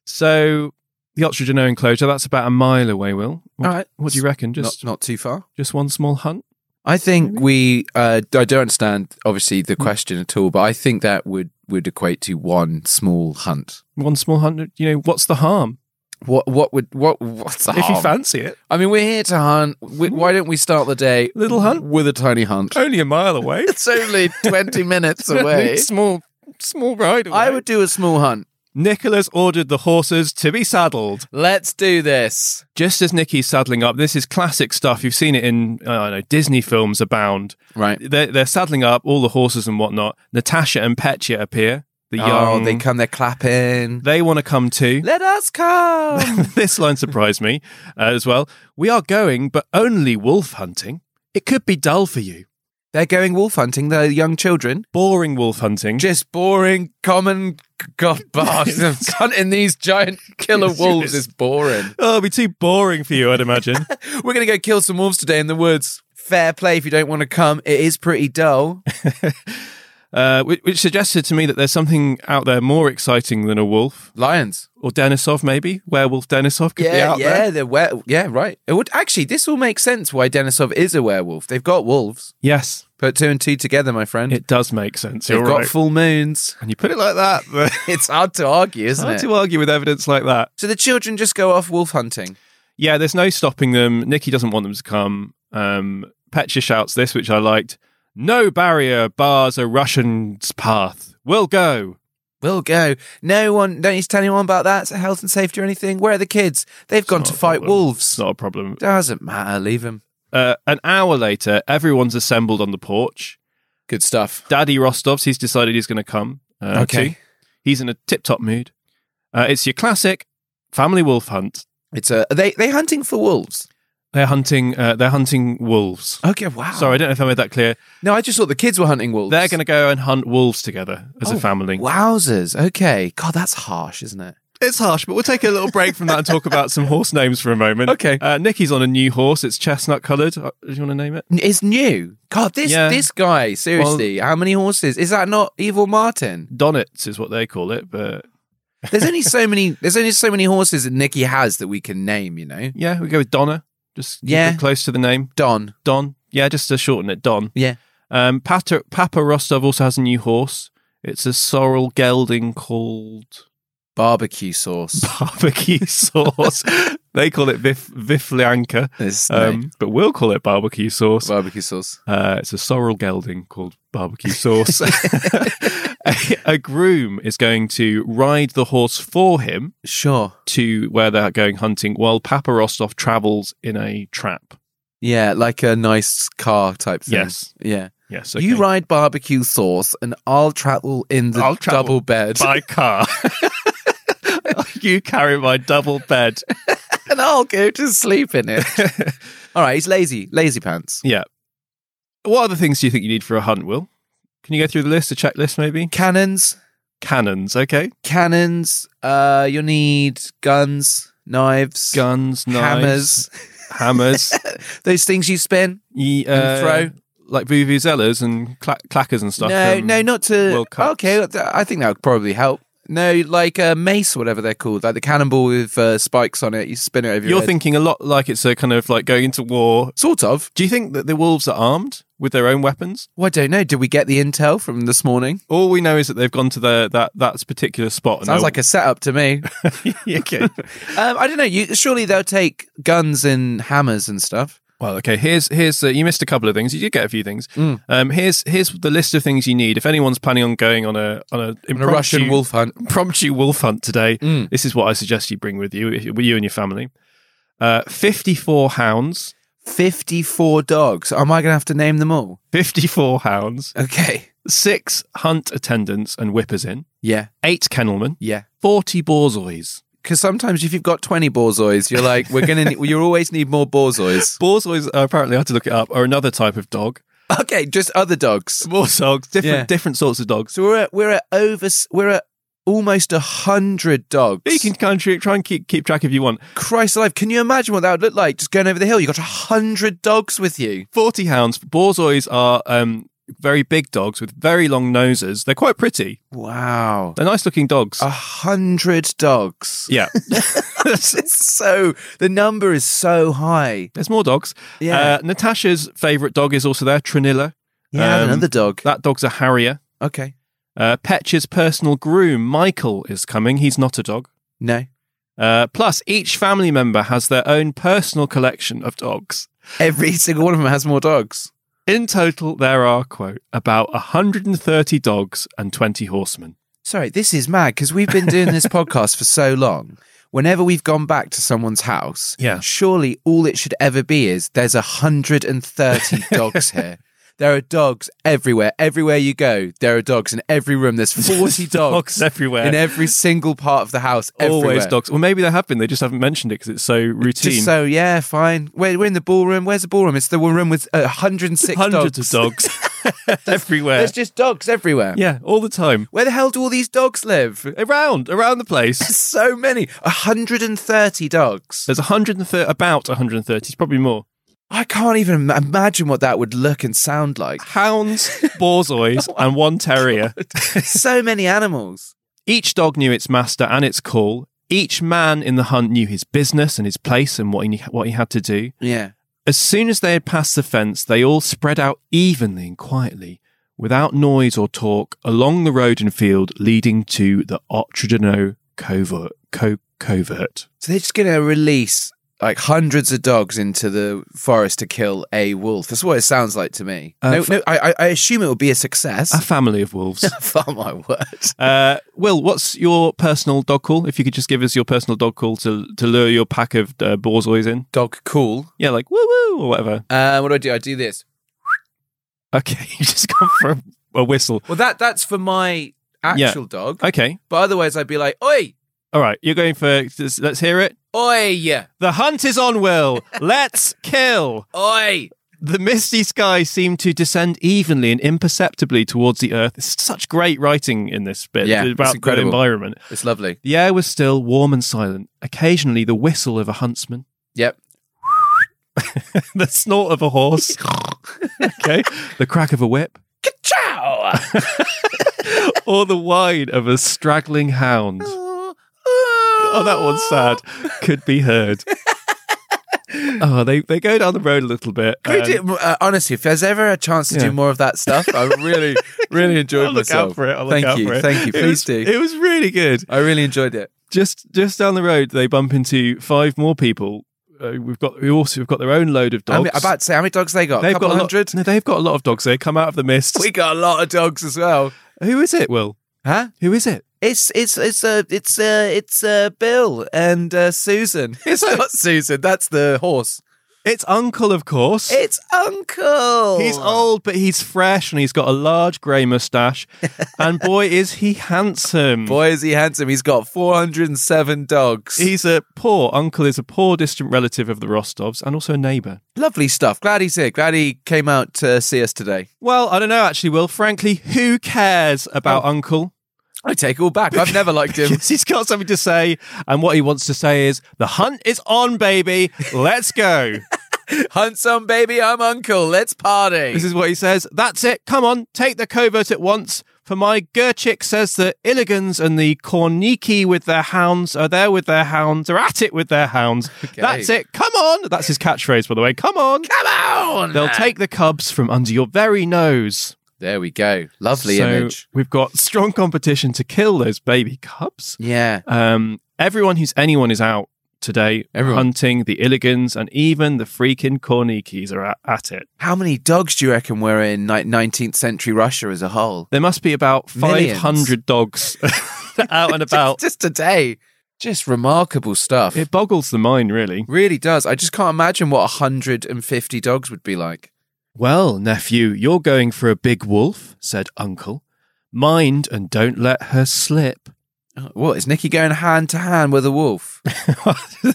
Speaker 3: so, the Otradino enclosure, that's about a mile away, Will. What,
Speaker 1: All right.
Speaker 3: what do you reckon?
Speaker 1: Uh, Not,
Speaker 3: Just,
Speaker 1: not too far.
Speaker 3: just one small hunt?
Speaker 1: I think we. Uh, I don't understand, obviously, the question at all, but I think that would would equate to one small hunt.
Speaker 3: One small hunt? You know, what's the harm?
Speaker 1: What what would what what's the
Speaker 3: If you
Speaker 1: harm?
Speaker 3: fancy it.
Speaker 1: I mean, we're here to hunt. We, why don't we start the day
Speaker 3: Little hunt?
Speaker 1: with a tiny Hmm. hunt?
Speaker 3: Only a mile away.
Speaker 1: It's only twenty minutes away.
Speaker 3: small, small ride away.
Speaker 1: I would do a small hunt.
Speaker 3: Nicholas ordered the horses to be saddled.
Speaker 1: Let's do this.
Speaker 3: Just as Nicky's saddling up, this is classic stuff. You've seen it in I don't know Disney films abound.
Speaker 1: Right.
Speaker 3: They're, they're saddling up all the horses and whatnot. Natasha and Petya appear. The young,
Speaker 1: Oh, they come. They're clapping.
Speaker 3: they want to come too.
Speaker 1: Let us come.
Speaker 3: this line surprised me uh, as well. We are going, but only wolf hunting. It could be dull for you.
Speaker 1: they're going wolf hunting. They're young children.
Speaker 3: Boring wolf hunting.
Speaker 1: Just boring, common god bastards. Hunting these giant killer wolves is boring.
Speaker 3: oh, it'd be too boring for you, I'd imagine.
Speaker 1: We're gonna go kill some wolves today in the woods. Fair play if you don't want to come. It is pretty dull.
Speaker 3: uh, which, which suggested to me that there's something out there more exciting than a wolf.
Speaker 1: Lions.
Speaker 3: or Denisov, maybe werewolf Denisov could be
Speaker 1: Yeah,
Speaker 3: out
Speaker 1: yeah,
Speaker 3: there.
Speaker 1: they're were- yeah, right. It would actually this will make sense why Denisov is a werewolf. They've got wolves.
Speaker 3: Yes,
Speaker 1: Put two and two together, my friend.
Speaker 3: it does make sense.
Speaker 1: They've
Speaker 3: You're
Speaker 1: got
Speaker 3: right.
Speaker 1: full moons.
Speaker 3: and you put it like that. but-
Speaker 1: It's hard to argue,
Speaker 3: It's
Speaker 1: isn't
Speaker 3: hard
Speaker 1: it?
Speaker 3: to argue with evidence like that.
Speaker 1: so the children just go off wolf hunting.
Speaker 3: Yeah, there's no stopping them. Nikki doesn't want them to come. Um, Petya shouts this, which I liked. No barrier bars a Russian's path. We'll go.
Speaker 1: We'll go. No one, don't need to tell anyone about that. It's health and safety or anything. Where are the kids? They've gone
Speaker 3: Not
Speaker 1: to
Speaker 3: a
Speaker 1: fight
Speaker 3: problem. It's
Speaker 1: wolves.
Speaker 3: not a problem.
Speaker 1: Doesn't matter. Leave them.
Speaker 3: Uh, an hour later, everyone's assembled on the porch.
Speaker 1: Good stuff.
Speaker 3: Daddy Rostov's, he's decided he's going to come. Uh,
Speaker 1: Okay.
Speaker 3: too. He's in a tip top mood. Uh, it's your classic family wolf hunt.
Speaker 1: It's a are they they hunting for wolves.
Speaker 3: They're hunting. Uh, they're hunting wolves.
Speaker 1: Okay. Wow.
Speaker 3: Sorry, I don't know if I made that clear.
Speaker 1: No, I just thought the kids were hunting wolves. Oh.
Speaker 3: They're going to go and hunt wolves together as a family.
Speaker 1: Wowzers. Okay. God, that's harsh, isn't it?
Speaker 3: It's harsh, but we'll take a little break from that and talk about some horse names for a moment.
Speaker 1: Okay.
Speaker 3: Uh, Nicky's on a new horse. It's chestnut coloured. Uh, Do you want to name it?
Speaker 1: N- It's new. God, this
Speaker 3: Yeah.
Speaker 1: this guy. Seriously, how many horses? Is that not Evil Martin?
Speaker 3: Donnets is what they call it, but
Speaker 1: There's only so many. There's only so many horses that Nicky has that we can name. You know,
Speaker 3: yeah, we go with Donna. Just keep
Speaker 1: Yeah.
Speaker 3: it close to the name.
Speaker 1: Don.
Speaker 3: Don. Yeah, just to shorten it, Don.
Speaker 1: Yeah.
Speaker 3: Um, Pata- Papa Rostov also has a new horse. It's a sorrel gelding called
Speaker 1: Barbecue sauce.
Speaker 3: barbecue sauce. They call it vif- viflanka,
Speaker 1: This
Speaker 3: um, but we'll call it barbecue sauce.
Speaker 1: barbecue sauce.
Speaker 3: Uh, it's a sorrel gelding called barbecue sauce. a, a groom is going to ride the horse for him
Speaker 1: Sure.
Speaker 3: to where they're going hunting while Papa Rostov travels in a trap.
Speaker 1: Yeah, like a nice car type thing.
Speaker 3: Yes.
Speaker 1: Yeah.
Speaker 3: Yes.
Speaker 1: You
Speaker 3: okay.
Speaker 1: ride barbecue sauce, and I'll travel in the
Speaker 3: I'll travel
Speaker 1: double bed,
Speaker 3: by car. you carry my double bed.
Speaker 1: and I'll go to sleep in it. All right, he's lazy, lazy pants.
Speaker 3: Yeah. What other things do you think you need for a hunt, Will? Can you go through the list, a checklist maybe?
Speaker 1: Cannons,
Speaker 3: Cannons, okay.
Speaker 1: cannons. Uh, you'll need guns, knives,
Speaker 3: Guns, knives,
Speaker 1: hammers,
Speaker 3: hammers,
Speaker 1: those things you spin.
Speaker 3: ye- uh,
Speaker 1: And throw.
Speaker 3: like vuvuzelas and cla- clackers and stuff.
Speaker 1: no,
Speaker 3: from-
Speaker 1: no, not to.
Speaker 3: um, World Cups.
Speaker 1: Okay, th- I think that would probably help. No, like a mace, whatever they're called, like the cannonball with uh, spikes on it. You spin it over your
Speaker 3: You're
Speaker 1: head.
Speaker 3: thinking a lot like it's a kind of like going into war.
Speaker 1: sort of.
Speaker 3: Do you think that the wolves are armed with their own weapons?
Speaker 1: Well, I don't know. Did we get the intel from this morning?
Speaker 3: All we know is that they've gone to their that that particular spot. and
Speaker 1: Sounds
Speaker 3: they'll-
Speaker 1: like a setup to me.
Speaker 3: okay.
Speaker 1: um, I don't know. You, surely they'll take guns and hammers and stuff.
Speaker 3: Well, okay. Here's here's uh, you missed a couple of things. You did get a few things.
Speaker 1: Hmm.
Speaker 3: Um, here's here's the list of things you need if anyone's planning on going on a on a,
Speaker 1: And a
Speaker 3: impromptu-
Speaker 1: Russian wolf Hmm. hunt.
Speaker 3: impromptu wolf hunt today. This is what I suggest you bring with you, if- with you and your family. Uh, fifty four hounds,
Speaker 1: 54 dogs. Am I going to have to name them all?
Speaker 3: fifty four hounds,
Speaker 1: Okay.
Speaker 3: six hunt attendants and whippers in,
Speaker 1: Yeah.
Speaker 3: eight kennelmen,
Speaker 1: Yeah.
Speaker 3: forty borzois.
Speaker 1: Because sometimes if you've got 20 borzois, you're like, we're going to, you always need more borzois.
Speaker 3: Borzois uh, apparently I had to look it up are another type of dog.
Speaker 1: Okay. Just other dogs.
Speaker 3: More dogs, different
Speaker 1: Yeah.
Speaker 3: different sorts of dogs.
Speaker 1: So we're at, we're at over, s- we're at almost a hundred dogs.
Speaker 3: You can kind of try and keep keep track if you want.
Speaker 1: Christ alive. Can you imagine what that would look like? Just going over the hill. You got a hundred dogs with you.
Speaker 3: 40 hounds. Borzois are um, very big dogs with very long noses. They're quite pretty.
Speaker 1: Wow.
Speaker 3: They're nice looking dogs.
Speaker 1: A hundred dogs.
Speaker 3: yeah.
Speaker 1: It's so the number is so high.
Speaker 3: There's more dogs.
Speaker 1: Yeah.
Speaker 3: Uh, Natasha's favourite dog is also there, Trinilla.
Speaker 1: Yeah,
Speaker 3: Um,
Speaker 1: another dog.
Speaker 3: That dog's a Harrier.
Speaker 1: Okay.
Speaker 3: Uh, Petch's personal groom, Michael, is coming. He's not a dog.
Speaker 1: No.
Speaker 3: Uh, plus, each family member has their own personal collection of dogs.
Speaker 1: Every single one of them has more dogs.
Speaker 3: In total, there are, quote, about 130 dogs and 20 horsemen.
Speaker 1: Sorry, this is mad because we've been doing this podcast for so long. Whenever we've gone back to someone's house,
Speaker 3: Yeah.
Speaker 1: surely all it should ever be is there's 130 dogs here. There are dogs everywhere. Everywhere you go, there are dogs in every room. There's 40 dogs,
Speaker 3: everywhere.
Speaker 1: in every single part of the house.
Speaker 3: Always
Speaker 1: everywhere.
Speaker 3: dogs. Well, maybe there have been. They just haven't mentioned it because it's so routine.
Speaker 1: Just so yeah, fine. We're, we're in the ballroom. Where's the ballroom? It's the room with uh, 106
Speaker 3: Hundreds
Speaker 1: dogs.
Speaker 3: of dogs everywhere.
Speaker 1: There's just dogs everywhere.
Speaker 3: yeah, all the time.
Speaker 1: Where the hell do all these dogs live?
Speaker 3: Around, around the place.
Speaker 1: So many. 130 dogs.
Speaker 3: There's 130, about 130, it's probably more.
Speaker 1: I can't even im- imagine what that would look and sound like.
Speaker 3: Hounds, borzois, and one terrier.
Speaker 1: so many animals.
Speaker 3: Each dog knew its master and its call. Each man in the hunt knew his business and his place and what he, what he had to do.
Speaker 1: Yeah.
Speaker 3: As soon as they had passed the fence, they all spread out evenly and quietly, without noise or talk, along the road and field leading to the Otradino covert. Co- covert.
Speaker 1: So they're just going to release like hundreds of dogs into the forest to kill a wolf. That's what it sounds like to me.
Speaker 3: Uh,
Speaker 1: no,
Speaker 3: f- Uh,
Speaker 1: no, I, I- I assume it will be a success.
Speaker 3: A family of wolves.
Speaker 1: For my word.
Speaker 3: uh, Will, what's your personal dog call? If you could just give us your personal dog call to to lure your pack of uh, borzois in.
Speaker 1: Dog cool.
Speaker 3: Yeah, like woo woo or whatever.
Speaker 1: Uh, what do I do? I do this.
Speaker 3: Okay, you just gone for a, a whistle.
Speaker 1: Well, that that's for my
Speaker 3: Yeah.
Speaker 1: actual dog.
Speaker 3: Okay,
Speaker 1: But otherwise, I'd be like, oi,
Speaker 3: all right. You're going for. just- Let's hear it.
Speaker 1: oi, yeah,
Speaker 3: The hunt is on, Will. Let's kill.
Speaker 1: oi.
Speaker 3: The misty sky seemed to descend evenly and imperceptibly towards the earth. It's such great writing in this bit
Speaker 1: Yeah, it's
Speaker 3: about the
Speaker 1: incredible.
Speaker 3: environment.
Speaker 1: It's lovely.
Speaker 3: The air was still warm and silent. Occasionally, the whistle of a huntsman,
Speaker 1: Yep.
Speaker 3: the snort of a horse, okay, the crack of a whip,
Speaker 1: Ciao.
Speaker 3: or the whine of a straggling hound. Oh,
Speaker 1: oh,
Speaker 3: that one's sad. Could be heard. Oh, they, they go down the road a little bit.
Speaker 1: Can we
Speaker 3: and-
Speaker 1: do- uh, honestly, if there's ever a chance to
Speaker 3: Yeah.
Speaker 1: do more of that stuff, I really, really enjoyed
Speaker 3: I'll look
Speaker 1: myself.
Speaker 3: out for it. I'll look
Speaker 1: thank
Speaker 3: out
Speaker 1: you,
Speaker 3: for it.
Speaker 1: thank you.
Speaker 3: It
Speaker 1: Please
Speaker 3: was-
Speaker 1: do.
Speaker 3: It was really good.
Speaker 1: I really enjoyed it.
Speaker 3: just just down the road, they bump into five more people. Uh, we've got who also have got their own load of dogs.
Speaker 1: I mean, about to say how many dogs they got?
Speaker 3: they've
Speaker 1: couple
Speaker 3: got a lot.
Speaker 1: hundred.
Speaker 3: No, they've got a lot of dogs. They come out of the mist.
Speaker 1: We got a lot of dogs as well.
Speaker 3: Who is it, Will?
Speaker 1: Huh?
Speaker 3: Who is it?
Speaker 1: It's it's it's uh it's uh it's uh Bill and uh, Susan. It's not Susan. That's the horse.
Speaker 3: It's Uncle, of course.
Speaker 1: It's Uncle.
Speaker 3: He's old, but he's fresh, and he's got a large grey moustache. and boy, is he handsome!
Speaker 1: Boy, is he handsome. He's got 407 dogs.
Speaker 3: He's a poor uncle. Is a poor distant relative of the Rostovs, and also a neighbour.
Speaker 1: Lovely stuff. Glad he's here. Glad he came out to see us today.
Speaker 3: Well, I don't know actually, Will. Frankly, who cares
Speaker 1: Oh.
Speaker 3: about Uncle?
Speaker 1: I take it all back. I've never liked him.
Speaker 3: Because he's got something to say, and what he wants to say is, "The hunt is on, baby. Let's go."
Speaker 1: Hunt some baby. I'm Uncle. Let's party.
Speaker 3: this is what he says. That's it. Come on, take the covert at once. For my Gerchik says the Illigans and the Korniki with their hounds are there with their hounds, are at it with their hounds. That's it. Come on. That's his catchphrase, by the way. Come on.
Speaker 1: Come on.
Speaker 3: They'll take the cubs from under your very nose.
Speaker 1: There we go. Lovely
Speaker 3: so
Speaker 1: image.
Speaker 3: we've got strong competition to kill those baby cubs.
Speaker 1: Yeah.
Speaker 3: Um, everyone who's anyone is out today
Speaker 1: Everyone.
Speaker 3: hunting the Illigans and even the freaking Kornikis are at, at it.
Speaker 1: How many dogs do you reckon were in like 19th century Russia as a whole?
Speaker 3: There must be about
Speaker 1: Millions.
Speaker 3: 500 dogs out and about.
Speaker 1: Just today. Just remarkable stuff.
Speaker 3: It boggles the mind, really.
Speaker 1: really does. I just can't imagine what 150 dogs would be like.
Speaker 3: Well, nephew, you're going for a big wolf, said Uncle. Mind and don't let her slip.
Speaker 1: Oh, What is Nikki going hand to hand with a wolf?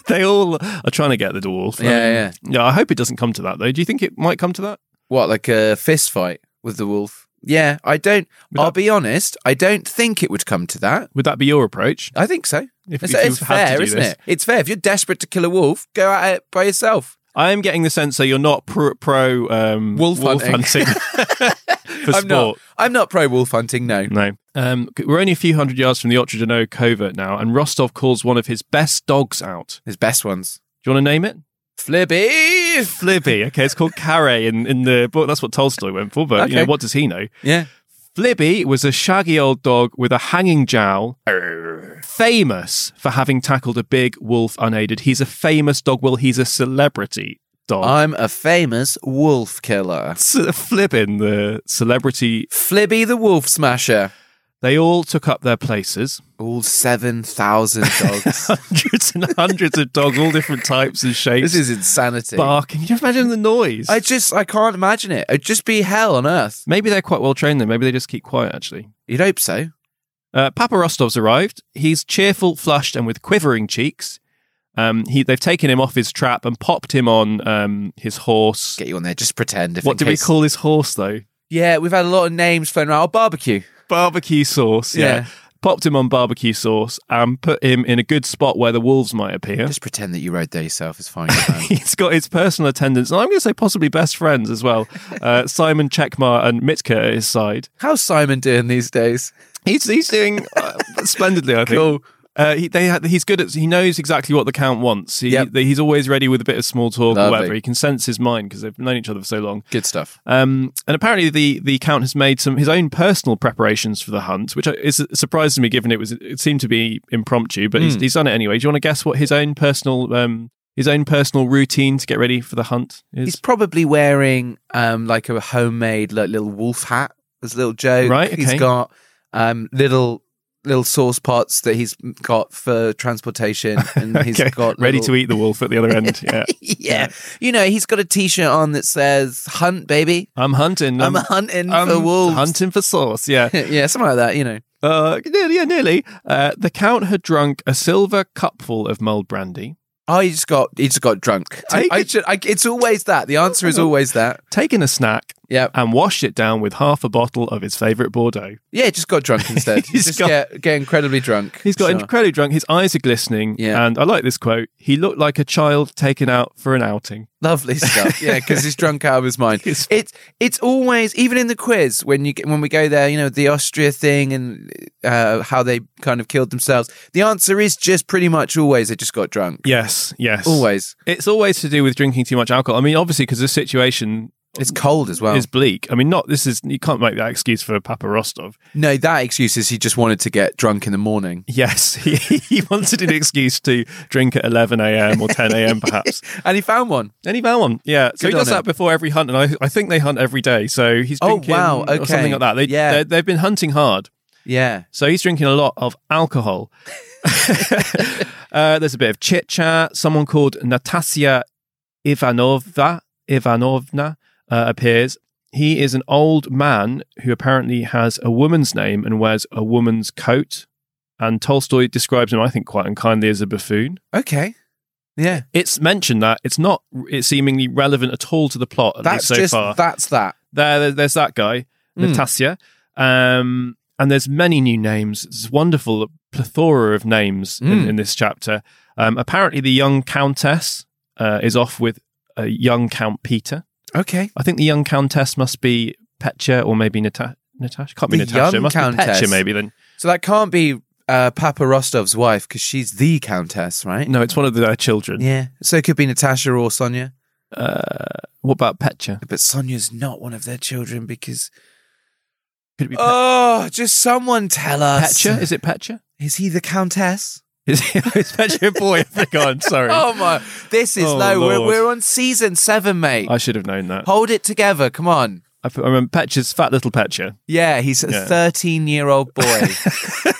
Speaker 3: they all are trying to get the dwarf.
Speaker 1: Yeah, yeah.
Speaker 3: Yeah, I hope it doesn't come to that, though. Do you think it might come to that?
Speaker 1: What, like a fist fight with the wolf? Yeah, I don't.
Speaker 3: Would
Speaker 1: I'll
Speaker 3: that-
Speaker 1: be honest. I don't think it would come to that.
Speaker 3: Would that be your approach?
Speaker 1: I think so. it's
Speaker 3: If- if
Speaker 1: it's
Speaker 3: you had to
Speaker 1: fair,
Speaker 3: do
Speaker 1: isn't
Speaker 3: this.
Speaker 1: it? It's fair. If you're desperate to kill a wolf, go at it by yourself.
Speaker 3: I am getting the sense that you're not pro, pro um,
Speaker 1: Wolf hunting.
Speaker 3: hunting for
Speaker 1: I'm
Speaker 3: sport.
Speaker 1: not. I'm not pro wolf hunting. No.
Speaker 3: No. Um, c- we're only a few hundred yards from the Otradino covert now, and Rostov calls one of his best dogs out.
Speaker 1: His best ones.
Speaker 3: Do you want to name it?
Speaker 1: Flibby.
Speaker 3: Flibby. Okay, it's called Carre in, in the book. That's what Tolstoy went for, but you know,
Speaker 1: Okay.
Speaker 3: what does he know?
Speaker 1: Yeah.
Speaker 3: Flibby was a shaggy old dog with a hanging jowl, famous for having tackled a big wolf unaided. He's a famous dog, Will. He's a celebrity dog.
Speaker 1: I'm a famous wolf killer.
Speaker 3: S- Flibbin, the celebrity,
Speaker 1: Flibby the wolf smasher.
Speaker 3: they all took up their places.
Speaker 1: All 7,000 dogs.
Speaker 3: Hundreds and hundreds of dogs, all different types and shapes.
Speaker 1: this is insanity.
Speaker 3: barking. Can you imagine the noise?
Speaker 1: I just, I can't imagine it. It'd just be hell on earth.
Speaker 3: Maybe they're quite well trained, then. Maybe they just keep quiet, actually.
Speaker 1: You'd hope so.
Speaker 3: Uh, Papa Rostov's arrived. He's cheerful, flushed, and with quivering cheeks. Um, he, they've taken him off his trap and popped him on um, his horse.
Speaker 1: Get you on there. Just pretend. If
Speaker 3: What
Speaker 1: in
Speaker 3: do
Speaker 1: case-
Speaker 3: we call his horse, though?
Speaker 1: Yeah, we've had a lot of names flown around. Oh, barbecue.
Speaker 3: Barbecue sauce. Yeah.
Speaker 1: Yeah.
Speaker 3: Popped him on barbecue sauce and put him in a good spot where the wolves might appear.
Speaker 1: Just pretend that you rode there yourself. It's fine. it's fine.
Speaker 3: He's got his personal attendants, and I'm going to say possibly best friends as well. Uh, Simon Checkmar and Mitka at his side.
Speaker 1: How's Simon doing these days?
Speaker 3: He's he's doing uh, splendidly, I think.
Speaker 1: Cool.
Speaker 3: Uh, he, they, ha- he's good at. He knows exactly what the count wants. He,
Speaker 1: Yep.
Speaker 3: they- he's always ready with a bit of small talk or
Speaker 1: Lovely.
Speaker 3: whatever. He can sense his mind because they've known each other for so long.
Speaker 1: Good stuff.
Speaker 3: Um, and apparently, the the count has made some his own personal preparations for the hunt, which is surprised to me given it was it seemed to be impromptu, but he's, he's done it anyway. Do you want to guess what his own personal um, his own personal routine to get ready for the hunt
Speaker 1: He's
Speaker 3: is?
Speaker 1: probably wearing um, like a homemade like, little wolf hat as a little joke.
Speaker 3: Right,
Speaker 1: He's
Speaker 3: okay.
Speaker 1: got um, little little sauce pots that he's got for transportation, and he's
Speaker 3: Okay,
Speaker 1: got
Speaker 3: ready to eat the wolf at the other end. Yeah,
Speaker 1: yeah. you know, he's got a T-shirt on that says "Hunt, baby.
Speaker 3: I'm hunting. um,
Speaker 1: I'm, hunting for wolves."
Speaker 3: Hunting for sauce. Yeah.
Speaker 1: yeah, something like that. You know,
Speaker 3: Uh, nearly, yeah, nearly. Uh, the Count had drunk a silver cupful of mulled brandy.
Speaker 1: oh, he just got he just got drunk. I,
Speaker 3: Take
Speaker 1: I
Speaker 3: it-
Speaker 1: should, I, it's always that. The answer is always that.
Speaker 3: Taken a snack
Speaker 1: Yeah,
Speaker 3: and washed it down with half a bottle of his favourite Bordeaux.
Speaker 1: yeah, just got drunk instead.
Speaker 3: He's
Speaker 1: just
Speaker 3: got-
Speaker 1: get get incredibly drunk.
Speaker 3: He's got
Speaker 1: Sure.
Speaker 3: incredibly drunk. His eyes are glistening.
Speaker 1: Yeah.
Speaker 3: And I like this quote. He looked like a child taken out for an outing.
Speaker 1: Lovely stuff. Yeah, because he's drunk out of his mind.
Speaker 3: He's-
Speaker 1: It's it's always even in the quiz when you when we go there, you know, the Austria thing and uh, how they kind of killed themselves. The answer is just pretty much always they just got drunk.
Speaker 3: Yes, yes.
Speaker 1: Always.
Speaker 3: It's always to do with drinking too much alcohol. I mean, obviously, because the situation
Speaker 1: It's cold as well.
Speaker 3: is bleak. I mean, not this is you can't make that excuse for Papa Rostov.
Speaker 1: no, that excuse is he just wanted to get drunk in the morning.
Speaker 3: Yes, he, he wanted an excuse to drink at 11 a.m. or 10 a.m. perhaps.
Speaker 1: And he found one.
Speaker 3: And he found one. Yeah. So
Speaker 1: Good
Speaker 3: he does
Speaker 1: on
Speaker 3: that
Speaker 1: him.
Speaker 3: before every hunt. And I, I think they hunt every day. So he's
Speaker 1: Oh,
Speaker 3: drinking
Speaker 1: wow,
Speaker 3: or something
Speaker 1: okay.
Speaker 3: like that. They,
Speaker 1: Yeah.
Speaker 3: they- They've been hunting hard.
Speaker 1: Yeah.
Speaker 3: So he's drinking a lot of alcohol. uh, there's a bit of chit chat. Someone called Natasya Ivanova Ivanovna uh, appears. He is an old man who apparently has a woman's name and wears a woman's coat. And Tolstoy describes him, I think, quite unkindly as a buffoon.
Speaker 1: Okay. Yeah.
Speaker 3: It's mentioned that it's not it's seemingly relevant at all to the plot. At
Speaker 1: That's
Speaker 3: least so
Speaker 1: just
Speaker 3: far
Speaker 1: that's that.
Speaker 3: there, there's that guy,
Speaker 1: Mm.
Speaker 3: Natasya. Um, and there's many new names. It's wonderful plethora of names in,
Speaker 1: Mm.
Speaker 3: in this chapter. Um, apparently, the young countess uh, is off with uh, young Count Peter.
Speaker 1: Okay.
Speaker 3: I think the young countess must be Petya or maybe Nata- Natasha. Can't be
Speaker 1: The
Speaker 3: Natasha. It
Speaker 1: young
Speaker 3: must be Petya,
Speaker 1: countess.
Speaker 3: maybe then.
Speaker 1: So that can't be uh, Papa Rostov's wife because she's the countess, right?
Speaker 3: No, it's one of their children.
Speaker 1: Yeah. So it could be Natasha or Sonia.
Speaker 3: Uh, what about Petya?
Speaker 1: But Sonia's not one of their children because
Speaker 3: Could it be Pe-
Speaker 1: Oh, just someone tell us.
Speaker 3: Petya? Is it Petya?
Speaker 1: Is he the countess?
Speaker 3: Is, is Petya a boy? I forgot. I'm sorry.
Speaker 1: Oh my this is
Speaker 3: Oh,
Speaker 1: low. We're,
Speaker 3: Lord.
Speaker 1: we're on season seven, mate.
Speaker 3: I should have known that.
Speaker 1: Hold it together. Come on.
Speaker 3: I, put, I remember Petya's fat little Petya.
Speaker 1: Yeah, he's
Speaker 3: Yeah.
Speaker 1: a 13 year old boy.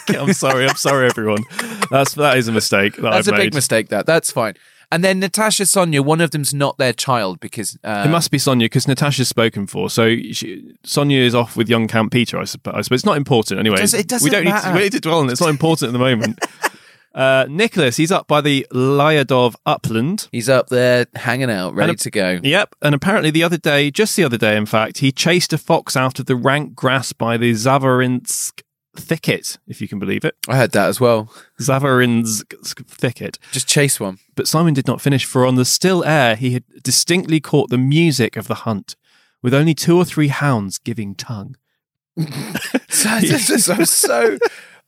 Speaker 3: I'm sorry. I'm sorry, everyone. That's that is a mistake that
Speaker 1: That's
Speaker 3: I've
Speaker 1: a
Speaker 3: made.
Speaker 1: big mistake, that. That's fine. And then Natasha Sonia, one of them's not their child because. Uh,
Speaker 3: It must be Sonia because Natasha's spoken for. So she, Sonia is off with young Count Peter, I suppose. I suppose it's not important anyway.
Speaker 1: Does- it doesn't
Speaker 3: we don't need to,
Speaker 1: matter.
Speaker 3: we need to dwell on it. It's not important at the moment. uh, Nicholas, he's up by the Lyadov upland.
Speaker 1: He's up there hanging out, ready
Speaker 3: And a-
Speaker 1: to go.
Speaker 3: Yep, and apparently the other day, just the other day, in fact, he chased a fox out of the rank grass by the Zavarinsk thicket, if you can believe it.
Speaker 1: I heard that as well.
Speaker 3: Zavarinsk thicket.
Speaker 1: Just chase one.
Speaker 3: But Simon did not finish, for on the still air he had distinctly caught the music of the hunt, with only two or three hounds giving tongue.
Speaker 1: So- I'm just- I'm so.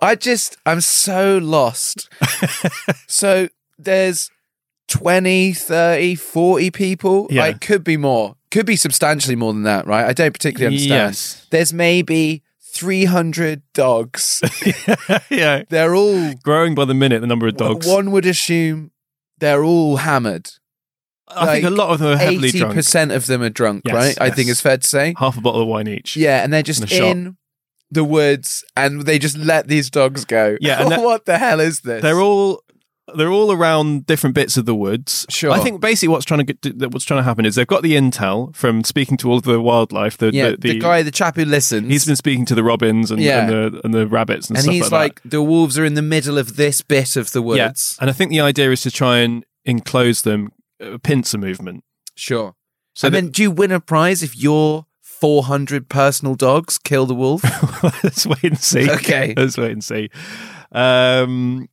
Speaker 1: I just. I'm so lost. so there's 20, 30, 40 people.
Speaker 3: Yeah.
Speaker 1: Like, could be more. Could be substantially more than that, right? I don't particularly understand.
Speaker 3: Yes.
Speaker 1: There's maybe 300 dogs.
Speaker 3: yeah.
Speaker 1: They're all.
Speaker 3: Growing by the minute, the number of dogs.
Speaker 1: One would assume they're all hammered.
Speaker 3: I think a
Speaker 1: like,
Speaker 3: lot of them are heavily
Speaker 1: Eighty
Speaker 3: drunk.
Speaker 1: percent of them are drunk,
Speaker 3: Yes,
Speaker 1: right? I
Speaker 3: yes.
Speaker 1: think it's fair to say.
Speaker 3: Half a bottle of wine each.
Speaker 1: Yeah, and they're just
Speaker 3: And a shot.
Speaker 1: in the woods, and they just let these dogs go.
Speaker 3: Yeah, and that-
Speaker 1: what the hell is this?
Speaker 3: They're all they're all around different bits of the woods.
Speaker 1: Sure.
Speaker 3: I think basically what's trying to get, what's trying to happen is they've got the intel from speaking to all of the wildlife. The,
Speaker 1: yeah.
Speaker 3: the,
Speaker 1: The,
Speaker 3: the,
Speaker 1: guy, the chap who listens,
Speaker 3: He's been speaking to the robins and,
Speaker 1: Yeah.
Speaker 3: and the and the rabbits and,
Speaker 1: and
Speaker 3: stuff
Speaker 1: he's
Speaker 3: like that.
Speaker 1: like, the wolves are in the middle of this bit of the woods.
Speaker 3: Yeah. And I think the idea is to try and enclose them, uh, pincer movement.
Speaker 1: Sure.
Speaker 3: So
Speaker 1: and
Speaker 3: that-
Speaker 1: then, do you win a prize if your four hundred personal dogs kill the wolf?
Speaker 3: let's wait and see.
Speaker 1: Okay.
Speaker 3: Let's wait and see. Um,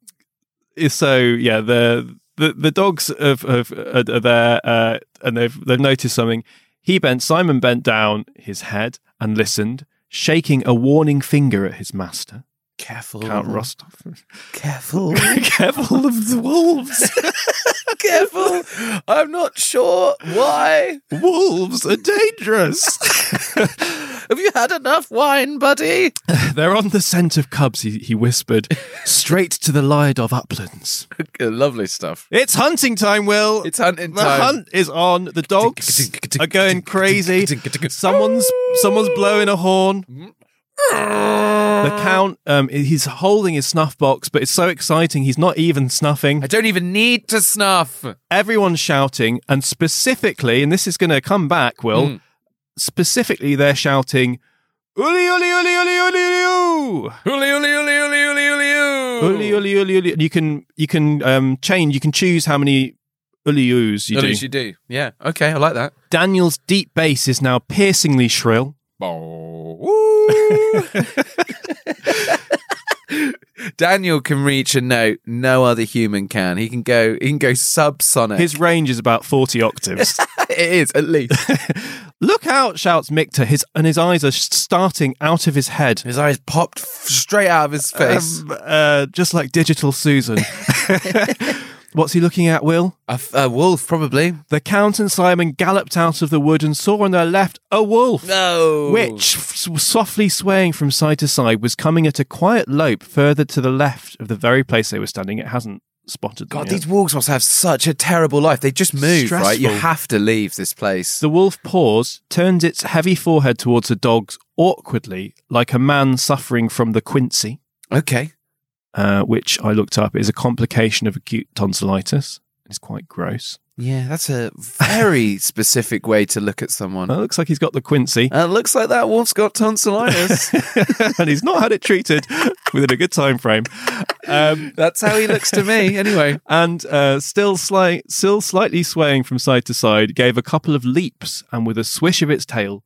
Speaker 3: so yeah, the the, the dogs of, of are, are there, uh, and they've they've noticed something. He bent. Simon bent down his head and listened, shaking a warning finger at his master,
Speaker 1: Careful,
Speaker 3: Count Rostov.
Speaker 1: Careful,
Speaker 3: Careful of the wolves!
Speaker 1: careful. I'm not sure why.
Speaker 3: wolves are dangerous.
Speaker 1: Have you had enough wine, buddy?
Speaker 3: They're on the scent of cubs, he, he whispered, straight to the Lyadov uplands.
Speaker 1: Lovely stuff.
Speaker 3: It's hunting time, Will!
Speaker 1: It's hunting
Speaker 3: the
Speaker 1: time.
Speaker 3: hunt is on. The dogs are going crazy. Someone's someone's blowing a horn. The count, um, he's holding his snuff box, but it's so exciting he's not even snuffing.
Speaker 1: I don't even need to snuff.
Speaker 3: Everyone's shouting, and specifically, and this is going to come back, Will.
Speaker 1: Mm.
Speaker 3: Specifically, they're shouting, "Uli, uli, uli, uli, uli, uli!"
Speaker 1: Uli, uli, uli, uli, uli, uli.
Speaker 3: Uli, uli, uli, uli. And you can you can um, change. You can choose how many uli oos you
Speaker 1: Uli,
Speaker 3: do.
Speaker 1: you do. Yeah. Okay, I like that.
Speaker 3: Daniel's deep bass is now piercingly shrill.
Speaker 1: Daniel can reach a note no other human can. He can go. He can go subsonic.
Speaker 3: His range is about forty octaves.
Speaker 1: it is at least.
Speaker 3: Look out! shouts Mick to his, and his eyes are starting out of his head,
Speaker 1: his eyes popped Um, f- straight out of his face.
Speaker 3: Um, uh, just like digital Susan. What's he looking at, Will?
Speaker 1: A, f- a wolf, probably.
Speaker 3: The Count and Simon galloped out of the wood and saw on their left a wolf,
Speaker 1: No.
Speaker 3: which, f- softly swaying from side to side, was coming at a quiet lope further to the left of the very place they were standing. It hasn't spotted them
Speaker 1: God,
Speaker 3: yet.
Speaker 1: these wolves must have such a terrible life. They just move, right? You
Speaker 3: Stressful.
Speaker 1: have to leave this place.
Speaker 3: The wolf paused, turned its heavy forehead towards the dogs awkwardly, like a man suffering from the quincy,
Speaker 1: Okay.
Speaker 3: uh, which I looked up is a complication of acute tonsillitis. It's quite gross.
Speaker 1: Yeah, that's a very specific way to look at someone.
Speaker 3: Well, it looks like he's got the quincy,
Speaker 1: Uh, looks like that wolf's got tonsillitis.
Speaker 3: and he's not had it treated within a good time frame. Um,
Speaker 1: that's how he looks to me, anyway.
Speaker 3: and uh, still, sli- still slightly swaying from side to side, gave a couple of leaps and with a swish of its tail,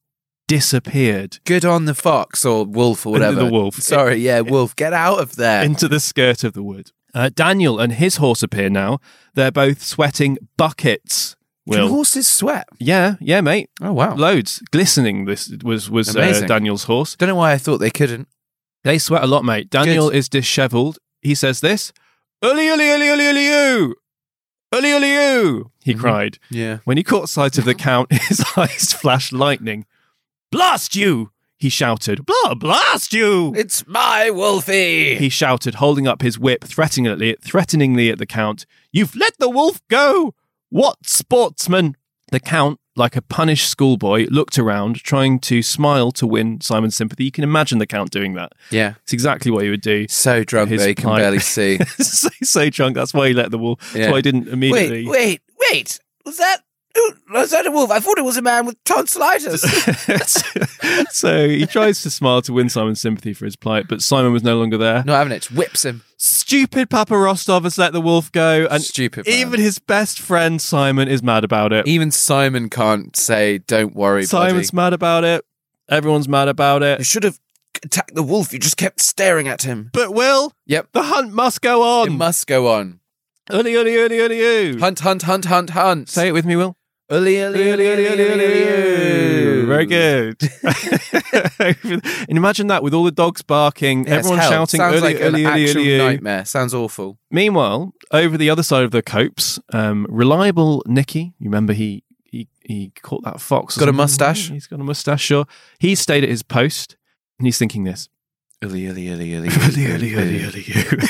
Speaker 3: disappeared
Speaker 1: Good on the fox or wolf or
Speaker 3: Into
Speaker 1: whatever.
Speaker 3: the wolf.
Speaker 1: Sorry, yeah, wolf. Get out of there.
Speaker 3: into the skirt of the wood. Uh, Daniel and his horse appear now. They're both sweating buckets.
Speaker 1: Can
Speaker 3: Will,
Speaker 1: horses sweat?
Speaker 3: yeah, yeah, mate,
Speaker 1: Oh, wow.
Speaker 3: loads glistening. This was was uh,
Speaker 1: Amazing.
Speaker 3: Daniel's horse.
Speaker 1: Don't know why I thought they couldn't.
Speaker 3: They sweat a lot, mate. Daniel is dishevelled. He says this, "Uli, uli, uli, uli, uli, you, uli, uli, you," he
Speaker 1: Mm-hmm.
Speaker 3: cried.
Speaker 1: Yeah.
Speaker 3: When he caught sight of the count, his eyes flashed lightning. "Blast you!" he shouted. "Blah, blast you!"
Speaker 1: It's my wolfie.
Speaker 3: he shouted, holding up his whip threateningly, threateningly at the Count. You've let the wolf go! What sportsman! The Count, like a punished schoolboy, looked around, trying to smile to win Simon's sympathy. You can imagine the Count doing that.
Speaker 1: yeah.
Speaker 3: It's exactly what he would do.
Speaker 1: So drunk
Speaker 3: His
Speaker 1: they can
Speaker 3: pipe.
Speaker 1: barely see.
Speaker 3: so, so drunk, that's why he let the wolf.
Speaker 1: Yeah.
Speaker 3: That's why he didn't immediately.
Speaker 1: wait, wait. Was that who, was that a wolf? I thought it was a man with tonsillitis.
Speaker 3: so he tries to smile to win Simon's sympathy for his plight, but Simon was no longer there.
Speaker 1: Not having it. Whips him.
Speaker 3: Stupid Papa Rostov has let the wolf go, and
Speaker 1: Stupid. man.
Speaker 3: even his best friend Simon is mad about it.
Speaker 1: Even Simon can't say, "Don't worry,
Speaker 3: Simon's
Speaker 1: buddy."
Speaker 3: mad about it. Everyone's mad about
Speaker 1: You
Speaker 3: it.
Speaker 1: should have attacked the wolf. You just kept staring at him.
Speaker 3: But Will,
Speaker 1: Yep.
Speaker 3: the hunt must go
Speaker 1: It
Speaker 3: on.
Speaker 1: must go on.
Speaker 3: Uli, uli, uli, uli, oo.
Speaker 1: Hunt, hunt, hunt, hunt, hunt.
Speaker 3: Say it with me, Will.
Speaker 1: Uli, uli, uli, uli, uli, uli, uli.
Speaker 3: Very good. and imagine that with all the dogs barking,
Speaker 1: Yeah, it's
Speaker 3: everyone
Speaker 1: hell.
Speaker 3: shouting,
Speaker 1: Sounds
Speaker 3: uli,
Speaker 1: like an
Speaker 3: uli, uli,
Speaker 1: actual
Speaker 3: uli, oo.
Speaker 1: nightmare. Sounds awful.
Speaker 3: Meanwhile, over the other side of the copes, um, reliable Nicky, you remember he he, he caught that fox. or
Speaker 1: Got a
Speaker 3: something,
Speaker 1: mustache.
Speaker 3: right? He's got a mustache, sure. He stayed at his post and he's thinking this.
Speaker 1: Uli, uli, uli, uli,
Speaker 3: Really, really, really, really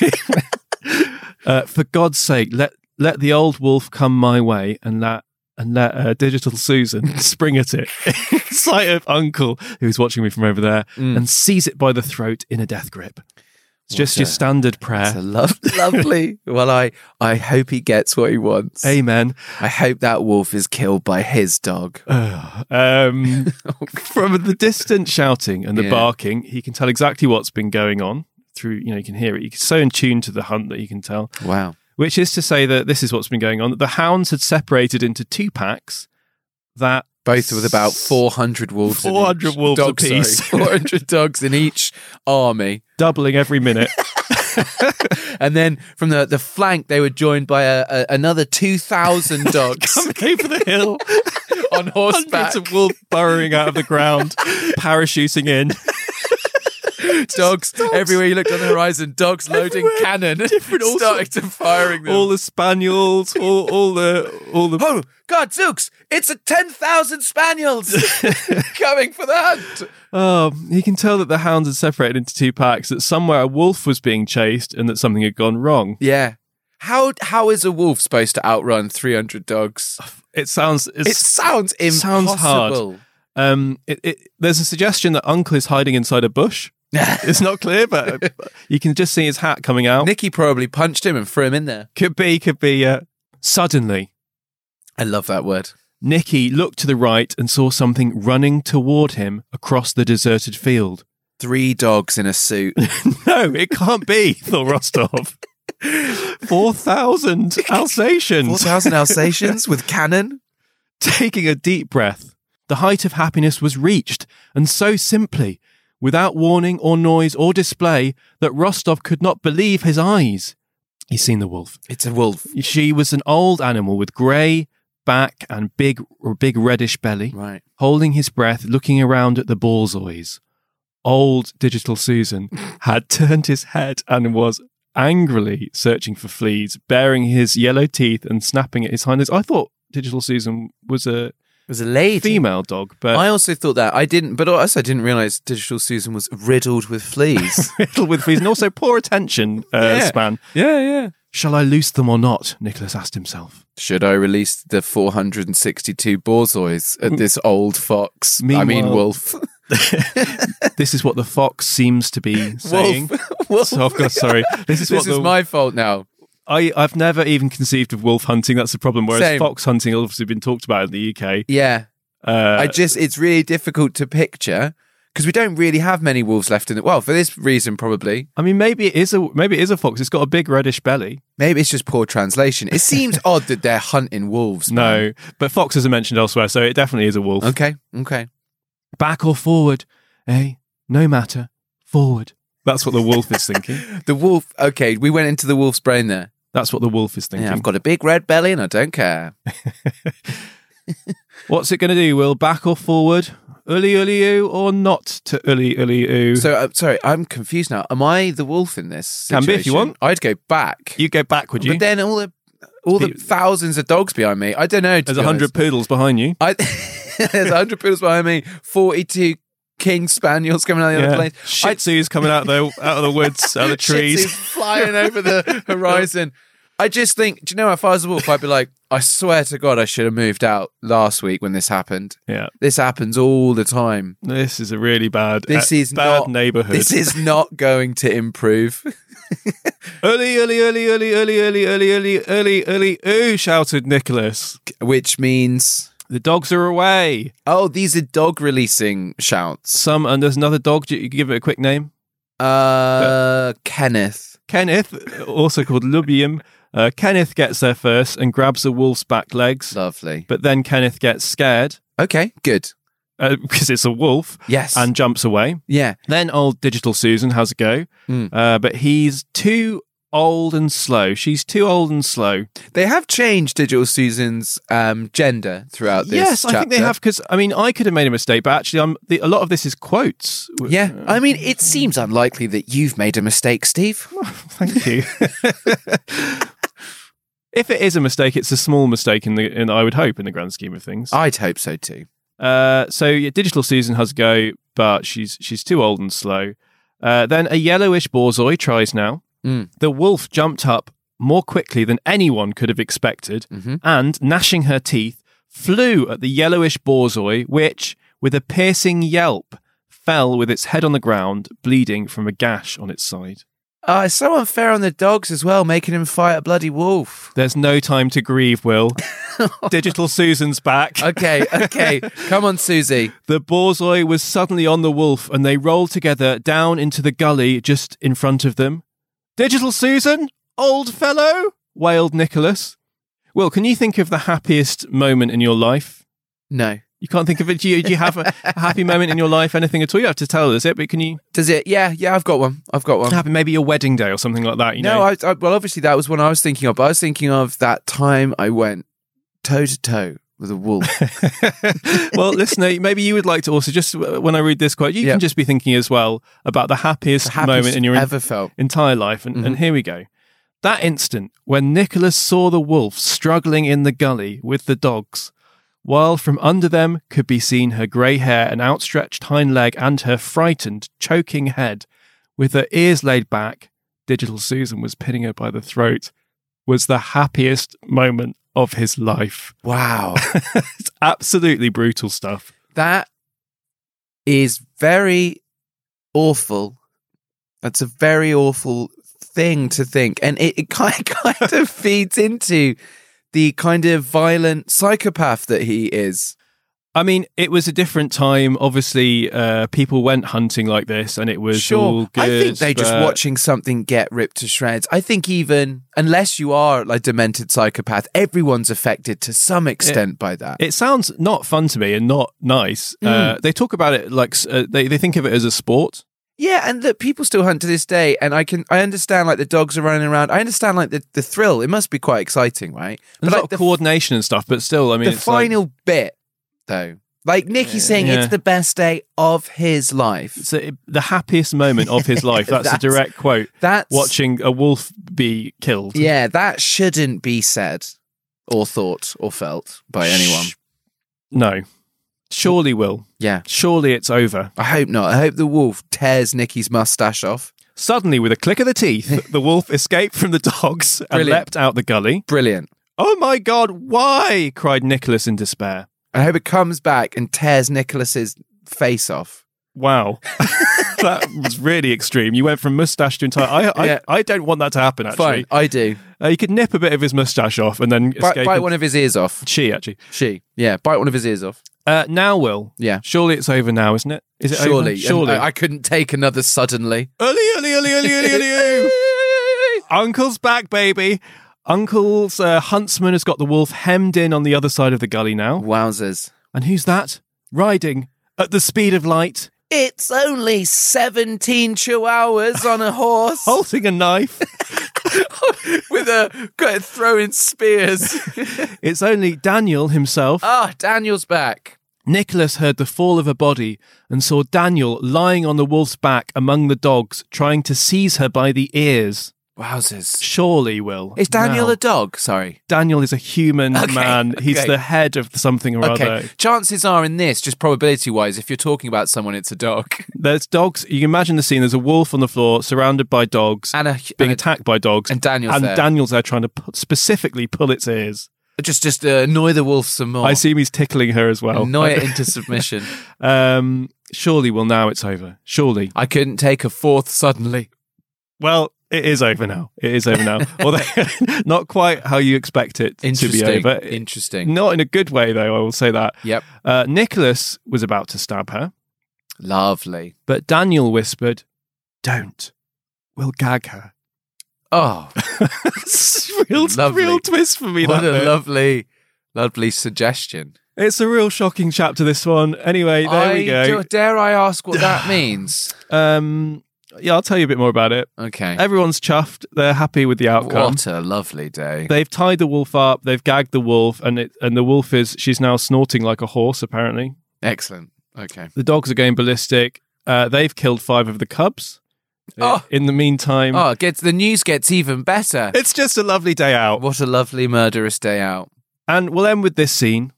Speaker 3: you. uh, for God's sake, let let the old wolf come my way and let and let uh, digital Susan spring at it in sight of Uncle, who's watching me from over there,
Speaker 1: Mm.
Speaker 3: and seize it by the throat in a death grip. It's
Speaker 1: What
Speaker 3: just your
Speaker 1: a-
Speaker 3: standard
Speaker 1: That's a
Speaker 3: prayer.
Speaker 1: lov- lovely. well, I I hope he gets what he wants.
Speaker 3: Amen.
Speaker 1: I hope that wolf is killed by his dog.
Speaker 3: Ugh. um, from the distant shouting and the
Speaker 1: Yeah.
Speaker 3: barking, he can tell exactly what's been going on. Through you know, you can hear it. You're so in tune to the hunt that you can tell.
Speaker 1: Wow.
Speaker 3: which is to say that this is what's been going on. that The hounds had separated into two packs that
Speaker 1: Both with about 400 wolves
Speaker 3: 400
Speaker 1: in each.
Speaker 3: wolves
Speaker 1: dogs, sorry.
Speaker 3: apiece.
Speaker 1: 400 dogs in each army.
Speaker 3: doubling every minute.
Speaker 1: And then from the, the flank, they were joined by a, a, another 2,000 dogs
Speaker 3: over the hill,
Speaker 1: on horseback.
Speaker 3: hundreds of wolves burrowing out of the ground, parachuting in.
Speaker 1: dogs, everywhere you looked on the horizon, dogs loading
Speaker 3: Everywhere.
Speaker 1: cannon,
Speaker 3: Different all
Speaker 1: starting to firing them.
Speaker 3: All the spaniels, all, all the all the
Speaker 1: Oh, God, Zooks, it's a 10,000 Spaniels coming for the hunt.
Speaker 3: Oh, he can tell that the hounds had separated into two packs, that somewhere a wolf was being chased and that something had gone wrong.
Speaker 1: Yeah. How how is a wolf supposed to outrun 300 dogs?
Speaker 3: It sounds it's,
Speaker 1: It sounds impossible.
Speaker 3: Oh, sounds hard. um it, it there's a suggestion that Uncle is hiding inside a bush. It's not clear, but uh, you can just see his hat coming out.
Speaker 1: Nicky probably punched him and threw him in there.
Speaker 3: Could be, could be. Uh, suddenly,
Speaker 1: I love that word.
Speaker 3: Nicky looked to the right and saw something running toward him across the deserted field.
Speaker 1: Three dogs in a suit.
Speaker 3: no, it can't be, thought Rostov. 4,000 Alsatians.
Speaker 1: 4,000 Alsatians with cannon?
Speaker 3: Taking a deep breath, the height of happiness was reached, and so simply, without warning or noise or display, that Rostov could not believe his eyes. He's seen the wolf.
Speaker 1: It's a wolf.
Speaker 3: She was an old animal with grey back and big, big reddish belly.
Speaker 1: Right.
Speaker 3: holding his breath, looking around at the Borzois. Old digital Susan had turned his head and was angrily searching for fleas, baring his yellow teeth and snapping at his hind legs. I thought Digital Susan was a
Speaker 1: was a lady.
Speaker 3: female dog, but
Speaker 1: I also thought that I didn't, but also I didn't realize Digital Susan was riddled with fleas.
Speaker 3: riddled with fleas and also poor attention uh,
Speaker 1: Yeah.
Speaker 3: span.
Speaker 1: yeah, yeah.
Speaker 3: Shall I loose them or not? Nicholas asked himself.
Speaker 1: Should I release the 462 borzois at this old fox? I mean,
Speaker 3: Mm. Meanwhile-
Speaker 1: wolf.
Speaker 3: This is what the fox seems to be saying.
Speaker 1: wolf.
Speaker 3: So I've got sorry. This is
Speaker 1: This
Speaker 3: what
Speaker 1: is
Speaker 3: the,
Speaker 1: my fault now.
Speaker 3: I I've never even conceived of wolf hunting. That's the problem. Whereas
Speaker 1: Same.
Speaker 3: fox hunting has obviously been talked about in the UK.
Speaker 1: Yeah.
Speaker 3: Uh,
Speaker 1: I just, it's really difficult to picture because we don't really have many wolves left in the Well, for this reason, probably.
Speaker 3: I mean, maybe it is a maybe it is a fox. It's got a big reddish belly.
Speaker 1: Maybe it's just poor translation. It seems odd that they're hunting wolves. man.
Speaker 3: No, but foxes are mentioned elsewhere, so it definitely is a wolf.
Speaker 1: Okay. Okay.
Speaker 3: Back or forward, eh? No matter. Forward. That's what the wolf is thinking.
Speaker 1: The wolf. Okay. We went into the wolf's brain there.
Speaker 3: That's what the wolf is thinking.
Speaker 1: Yeah, I've got a big red belly and I don't care.
Speaker 3: What's it going to do? Will back or forward? Uli uli oo or not to uli uli oo?
Speaker 1: So, uh, sorry, I'm confused now. Am I the wolf in this?
Speaker 3: Can
Speaker 1: Situation?
Speaker 3: be if you want.
Speaker 1: I'd go back.
Speaker 3: you go back, would you?
Speaker 1: But then all the all the
Speaker 3: Pe-
Speaker 1: thousands of dogs behind me. I don't know. to
Speaker 3: There's
Speaker 1: be
Speaker 3: a hundred
Speaker 1: honest.
Speaker 3: poodles behind you.
Speaker 1: I, there's a hundred poodles behind me. Forty-two king spaniels coming out of the other
Speaker 3: Yeah.
Speaker 1: plane.
Speaker 3: Shih Tzu's coming out the out of the woods, out of the
Speaker 1: Shih Tzu's
Speaker 3: trees.
Speaker 1: flying over the horizon. I just think, do you know? If I was a wolf, I'd be like, I swear to God, I should have moved out last week when this happened.
Speaker 3: Yeah,
Speaker 1: This happens all the time.
Speaker 3: this is a really bad.
Speaker 1: This
Speaker 3: uh,
Speaker 1: is
Speaker 3: bad
Speaker 1: not-
Speaker 3: neighborhood.
Speaker 1: This is not going to improve.
Speaker 3: Early, early, early, early, early, early, early, early, early, early, ooh, shouted Nicholas.
Speaker 1: which means
Speaker 3: The dogs are away.
Speaker 1: oh these are dog releasing shouts
Speaker 3: Some, and there's another dog. Do you you give it a quick name?
Speaker 1: uh kenneth
Speaker 3: Kenneth, also called Lubium. Uh, Kenneth gets there first and grabs the wolf's back legs,
Speaker 1: lovely
Speaker 3: but then Kenneth gets scared
Speaker 1: okay good
Speaker 3: uh, because it's a wolf
Speaker 1: yes
Speaker 3: and jumps away.
Speaker 1: yeah
Speaker 3: Then old Digital Susan has a go,
Speaker 1: Mm.
Speaker 3: uh, but he's too old and slow. She's too old and slow.
Speaker 1: they have changed digital susan's um gender throughout this
Speaker 3: yes, I think they
Speaker 1: chapter.
Speaker 3: have because I mean I could have made a mistake, but actually, I'm the, a lot of this is quotes. uh,
Speaker 1: yeah i mean it seems unlikely that you've made a mistake steve
Speaker 3: Thank you. if it is a mistake, it's a small mistake in the, in, I would hope, in the grand scheme of things.
Speaker 1: i'd hope so too
Speaker 3: Uh, so yeah, digital Susan has a go, but she's she's too old and slow. Uh, then a yellowish borzoi tries now.
Speaker 1: Mm.
Speaker 3: The wolf jumped up more quickly than anyone could have expected,
Speaker 1: Mhm.
Speaker 3: and gnashing her teeth, flew at the yellowish borzoi, which, with a piercing yelp, fell with its head on the ground, bleeding from a gash on its side.
Speaker 1: uh, it's so unfair on the dogs as well, making him fight a bloody wolf.
Speaker 3: There's no time to grieve, Will. Digital Susan's back.
Speaker 1: Okay, okay. Come on, Susie.
Speaker 3: The borzoi was suddenly on the wolf and they rolled together down into the gully just in front of them. Digital Susan, old fellow, wailed Nicholas. Will, can you think of the happiest moment in your life?
Speaker 1: No.
Speaker 3: You can't think of it. Do you, do you have a, a happy moment in your life, anything at all? You have to tell us it, but can you?
Speaker 1: Does it? Yeah, yeah, I've got one. I've got one.
Speaker 3: Happy, maybe your wedding day or something like that, you
Speaker 1: Oh. Ah, no,
Speaker 3: know?
Speaker 1: I, I, well, obviously that was one I was thinking of. But I was thinking of that time I went toe to toe with a wolf.
Speaker 3: well, listener, maybe you would like to also just when I read this quote, you
Speaker 1: Yeah.
Speaker 3: can just be thinking as well about the happiest,
Speaker 1: the happiest
Speaker 3: moment in your
Speaker 1: ever felt.
Speaker 3: entire life. And,
Speaker 1: Mm-hmm.
Speaker 3: and here we go. That instant, when Nicholas saw the wolf struggling in the gully with the dogs, while from under them could be seen her grey hair and outstretched hind leg and her frightened, choking head, with her ears laid back, Digital Susan was pinning her by the throat, was the happiest moment of his life.
Speaker 1: Wow,
Speaker 3: It's absolutely brutal stuff.
Speaker 1: that is very awful. That's a very awful thing to think, and it, it kind kind of feeds into the kind of violent psychopath that he is.
Speaker 3: I mean, it was a different time. Obviously, uh, people went hunting like this, and it was all
Speaker 1: sure.
Speaker 3: good.
Speaker 1: I think they just
Speaker 3: but-
Speaker 1: watching something get ripped to shreds. I think even unless you are like demented psychopath, everyone's affected to some extent by that.
Speaker 3: It sounds not fun to me and not nice.
Speaker 1: Hmm.
Speaker 3: Uh, they talk about it like s- uh, they they think of it as a sport.
Speaker 1: yeah, and look, people still hunt to this day, and I can I understand like the dogs are running around. I understand like the, the thrill. It must be quite exciting, right? But
Speaker 3: There's a lot
Speaker 1: like
Speaker 3: of
Speaker 1: the,
Speaker 3: coordination and stuff, but still, I mean,
Speaker 1: the
Speaker 3: it's like-
Speaker 1: final bit though Like Nikki's saying,
Speaker 3: Yeah.
Speaker 1: it's the best day of his life.
Speaker 3: So it- the happiest moment of his life. That's, a
Speaker 1: That's-
Speaker 3: direct quote.
Speaker 1: That's
Speaker 3: Watching a wolf be killed.
Speaker 1: Yeah, that shouldn't be said or thought or felt by anyone.
Speaker 3: Sh- No. Surely will.
Speaker 1: Yeah.
Speaker 3: Surely it's over.
Speaker 1: I hope not. I hope the wolf tears Nikki's mustache off.
Speaker 3: Suddenly, with a click of the teeth, the wolf escaped from the dogs and
Speaker 1: Brilliant.
Speaker 3: leapt out the gully.
Speaker 1: Brilliant.
Speaker 3: Oh my god, why? cried Nicholas in despair.
Speaker 1: I hope it comes back and tears Nicholas's face off.
Speaker 3: Wow. that was really extreme. You went from mustache to entire. I, I,
Speaker 1: Yeah.
Speaker 3: I don't want that to happen, actually.
Speaker 1: Fine, I do.
Speaker 3: Uh, you could nip a bit of his mustache off and then
Speaker 1: Bite,
Speaker 3: escape.
Speaker 1: bite
Speaker 3: and-
Speaker 1: one of his ears off.
Speaker 3: She, actually.
Speaker 1: She. Yeah, bite one of his ears off.
Speaker 3: Uh, now, Will.
Speaker 1: Yeah.
Speaker 3: Surely it's over now, isn't it? Is it over?
Speaker 1: Surely. And uh,
Speaker 3: Surely.
Speaker 1: I, I couldn't take another suddenly.
Speaker 3: Early, early, early, early, early, early. Uncle's back, baby. Uncle's uh, huntsman has got the wolf hemmed in on the other side of the gully now.
Speaker 1: Wowzers.
Speaker 3: And who's that? Riding at the speed of light,
Speaker 1: It's only 17 chihuahuas on a horse
Speaker 3: holding a knife.
Speaker 1: with a got it throwing spears.
Speaker 3: it's only Daniel himself.
Speaker 1: Ah, Daniel's back.
Speaker 3: Nicholas heard the fall of a body and saw Daniel lying on the wolf's back among the dogs, trying to seize her by the ears.
Speaker 1: Wowzers.
Speaker 3: Surely, Will.
Speaker 1: Is Daniel
Speaker 3: now.
Speaker 1: a dog? Sorry.
Speaker 3: Daniel is a human
Speaker 1: Okay,
Speaker 3: man. He's
Speaker 1: okay.
Speaker 3: the head of something or
Speaker 1: Okay.
Speaker 3: other.
Speaker 1: Chances are in this, just probability wise, if you're talking about someone, it's a dog.
Speaker 3: There's dogs. You can imagine the scene. There's a wolf on the floor, surrounded by dogs,
Speaker 1: And a and
Speaker 3: being
Speaker 1: a-
Speaker 3: attacked by dogs,
Speaker 1: and Daniel's
Speaker 3: and
Speaker 1: there.
Speaker 3: Daniel's there trying to pu- specifically pull its ears.
Speaker 1: just just uh, annoy the wolf some more.
Speaker 3: I Oh. assume he's tickling her as well.
Speaker 1: Annoy it into submission.
Speaker 3: um, surely, well, now it's over. Surely,
Speaker 1: I couldn't take a fourth suddenly.
Speaker 3: well, it is over now. It is over now. Although not quite how you expect it to
Speaker 1: Interesting.
Speaker 3: be over.
Speaker 1: Interesting.
Speaker 3: Not in a good way, though. I will say that.
Speaker 1: Yep.
Speaker 3: Uh, Nicholas was about to stab her,
Speaker 1: Lovely.
Speaker 3: but Daniel whispered, "Don't. We'll gag her."
Speaker 1: Oh,
Speaker 3: real,
Speaker 1: Lovely.
Speaker 3: real twist for me.
Speaker 1: what
Speaker 3: that
Speaker 1: a
Speaker 3: bit.
Speaker 1: lovely, lovely suggestion.
Speaker 3: it's a real shocking chapter. This one. Anyway, there we
Speaker 1: I-
Speaker 3: go.
Speaker 1: do- Dare I ask what that means?
Speaker 3: Um, yeah, I'll tell you a bit more about it.
Speaker 1: Okay.
Speaker 3: Everyone's chuffed. They're happy with the outcome.
Speaker 1: What a lovely day.
Speaker 3: They've tied the wolf up. They've gagged the wolf, and it, and the wolf is she's now snorting like a horse. Apparently,
Speaker 1: Excellent. Okay.
Speaker 3: the dogs are going ballistic. Uh, they've killed five of the cubs. Uh,
Speaker 1: Oh.
Speaker 3: In the meantime,
Speaker 1: Oh, it gets the news gets even better.
Speaker 3: Ah. it's just a lovely day out.
Speaker 1: What a lovely murderous day out.
Speaker 3: And we'll end with this scene.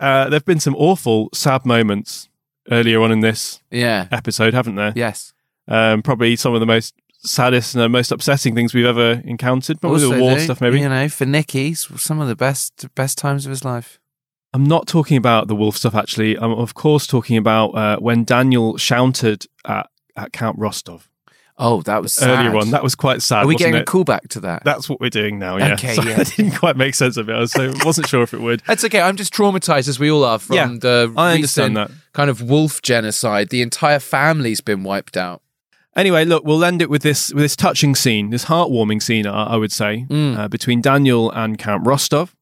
Speaker 3: Uh, there have been some awful, sad moments earlier on in this
Speaker 1: Yeah.
Speaker 3: episode, haven't there?
Speaker 1: Yes.
Speaker 3: Um, probably some of the most saddest and the most upsetting things we've ever encountered. Probably
Speaker 1: Also,
Speaker 3: the war
Speaker 1: though,
Speaker 3: stuff, maybe.
Speaker 1: You know, for Nicky, s- some of the best best times of his life.
Speaker 3: I'm not talking about the wolf stuff, actually. I'm, of course, talking about uh, when Daniel shouted at, at Count Rostov
Speaker 1: Oh, that was sad.
Speaker 3: earlier on. That was quite sad.
Speaker 1: Are we
Speaker 3: wasn't
Speaker 1: getting
Speaker 3: it?
Speaker 1: a callback to that?
Speaker 3: That's what we're doing now, yeah.
Speaker 1: Okay,
Speaker 3: Sorry,
Speaker 1: yeah.
Speaker 3: I didn't quite make sense of it. I was so, wasn't sure if it would.
Speaker 1: That's okay. I'm just traumatized as we all are from
Speaker 3: Yeah,
Speaker 1: the
Speaker 3: I
Speaker 1: recent
Speaker 3: understand that.
Speaker 1: kind of wolf genocide. The entire family's been wiped out.
Speaker 3: Anyway, look, we'll end it with this with this touching scene, this heartwarming scene, I, I would say, uh, between Daniel and Count Rostov.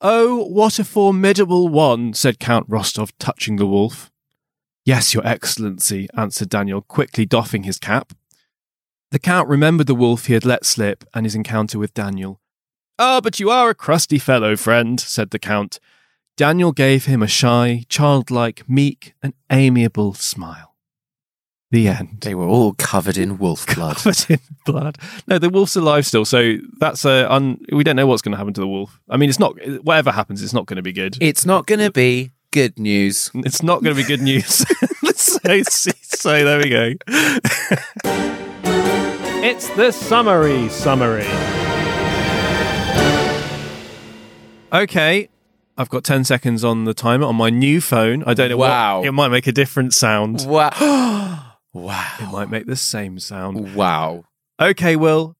Speaker 3: Oh, what a formidable one, said Count Rostov, touching the wolf. Yes, Your Excellency, answered Daniel, quickly doffing his cap. The Count remembered the wolf he had let slip and his encounter with Daniel. Ah, but you are a crusty fellow, friend, said the Count. Daniel gave him a shy, childlike, meek, and amiable smile. The end
Speaker 1: They were all covered in wolf blood.
Speaker 3: covered in blood. No, the wolf's alive still, so that's a. Un- we don't know what's going to happen to the wolf. I mean, it's not. Whatever happens, it's not going to be good.
Speaker 1: it's not going to be good news.
Speaker 3: It's not going to be good news. so, so there we go.
Speaker 2: It's the summary summary.
Speaker 3: Okay, I've got ten seconds on the timer on my new phone. I don't know. what-
Speaker 1: Wow.
Speaker 3: it might make a different sound.
Speaker 1: Wow.
Speaker 3: It
Speaker 1: wow.
Speaker 3: might make the same sound.
Speaker 1: Wow.
Speaker 3: Okay, Will.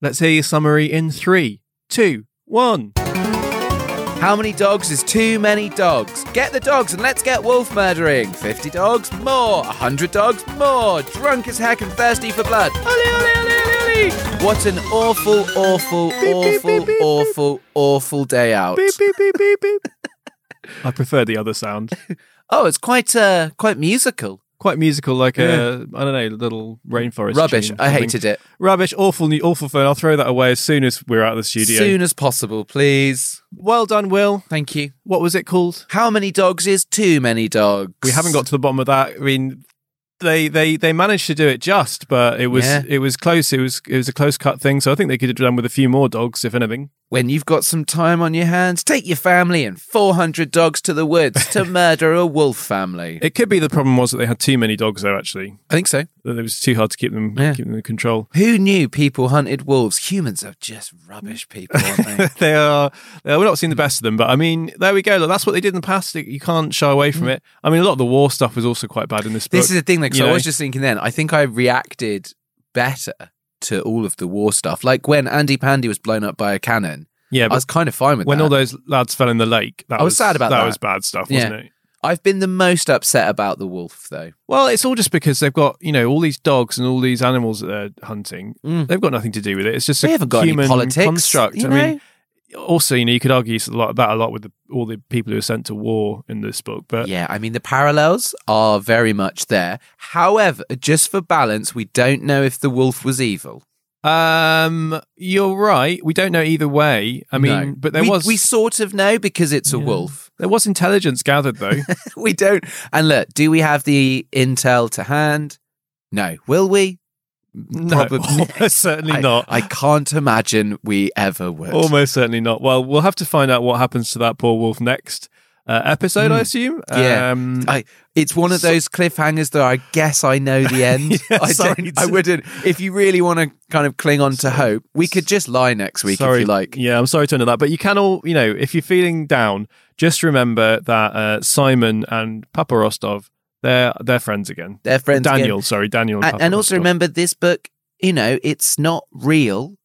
Speaker 3: Let's hear your summary in three, two, one.
Speaker 1: How many dogs is too many dogs? Get the dogs and let's get wolf murdering. 50 dogs more. 100 dogs more. Drunk as heck and thirsty for blood. Ole, ole, ole, ole, ole. What an awful, awful,
Speaker 3: beep,
Speaker 1: awful,
Speaker 3: beep, beep,
Speaker 1: awful, awful day out.
Speaker 3: Beep beep beep beep beep. I prefer the other sound.
Speaker 1: Oh, it's quite uh, quite musical.
Speaker 3: quite musical, like
Speaker 1: Yeah.
Speaker 3: a I don't know, little rainforest.
Speaker 1: Rubbish.
Speaker 3: tune
Speaker 1: I
Speaker 3: something.
Speaker 1: hated it.
Speaker 3: Rubbish. Awful, new, awful phone. I'll throw that away as soon as we're out of the studio.
Speaker 1: Soon as possible, please.
Speaker 3: Well done, Will.
Speaker 1: Thank you.
Speaker 3: What was it called?
Speaker 1: How many dogs is too many dogs?
Speaker 3: We haven't got to the bottom of that. I mean, they they they managed to do it just, but it was
Speaker 1: Yeah.
Speaker 3: it was close. It was it was a close cut thing. So I think they could have done with a few more dogs, if anything.
Speaker 1: When you've got some time on your hands, take your family and 400 dogs to the woods to murder a wolf family.
Speaker 3: It could be the problem was that they had too many dogs, though. Actually,
Speaker 1: I think so.
Speaker 3: that it was too hard to keep them
Speaker 1: Yeah.
Speaker 3: keep them in control.
Speaker 1: Who knew people hunted wolves? Humans are just rubbish people, aren't they?
Speaker 3: they are. Uh, we're not seeing the best of them, but I mean, there we go. Look, that's what they did in the past. You can't shy away from it. I mean, a lot of the war stuff was also quite bad in this book.
Speaker 1: Mm. This is the thing, like, 'cause
Speaker 3: you
Speaker 1: I
Speaker 3: know?
Speaker 1: was just thinking then, I think I reacted better to all of the war stuff. Like when Andy Pandy was blown up by a cannon,
Speaker 3: yeah.
Speaker 1: I
Speaker 3: But
Speaker 1: was kind of fine with
Speaker 3: when
Speaker 1: that.
Speaker 3: all those lads fell in the lake, that
Speaker 1: I was sad about that.
Speaker 3: was bad stuff,
Speaker 1: Yeah.
Speaker 3: wasn't it?
Speaker 1: I've been the most upset about the wolf, though.
Speaker 3: Well, it's all just because they've got you know all these dogs and all these animals that they're hunting.
Speaker 1: Mm.
Speaker 3: They've got nothing to do with it. It's just
Speaker 1: They
Speaker 3: a
Speaker 1: haven't got any
Speaker 3: human
Speaker 1: politics.
Speaker 3: construct.
Speaker 1: you
Speaker 3: I
Speaker 1: know?
Speaker 3: mean, also you know you could argue a lot that a lot with the, all the people who are sent to war in this book, but
Speaker 1: Yeah, I mean the parallels are very much there. However, just for balance, we don't know if the wolf was evil.
Speaker 3: um, you're right. We don't know either way. I mean,
Speaker 1: No.
Speaker 3: but there
Speaker 1: we,
Speaker 3: was
Speaker 1: we sort of know because it's a
Speaker 3: Yeah.
Speaker 1: wolf.
Speaker 3: There was intelligence gathered, though.
Speaker 1: we don't. And look, do we have the intel to hand? No. Will we?
Speaker 3: almost certainly
Speaker 1: I,
Speaker 3: not.
Speaker 1: I can't imagine we ever would.
Speaker 3: almost certainly not. Well, we'll have to find out what happens to that poor wolf next uh, episode, I
Speaker 1: Mm.
Speaker 3: assume.
Speaker 1: Yeah.
Speaker 3: Um,
Speaker 1: I, it's one of
Speaker 3: So-
Speaker 1: those cliffhangers that I guess I know the end.
Speaker 3: Yeah,
Speaker 1: I,
Speaker 3: sorry
Speaker 1: don't, I
Speaker 3: to-
Speaker 1: wouldn't. If you really want to kind of cling on to hope, we could just lie next week
Speaker 3: sorry,
Speaker 1: if you like.
Speaker 3: Yeah, I'm sorry to end that, but you can all, you know, if you're feeling down, just remember that uh, Simon and Papa Rostov, they're they're friends again.
Speaker 1: They're friends. again.
Speaker 3: Daniel, sorry, Daniel, and,
Speaker 1: and,
Speaker 3: Papa
Speaker 1: and also
Speaker 3: Rostov.
Speaker 1: remember this book you know it's not real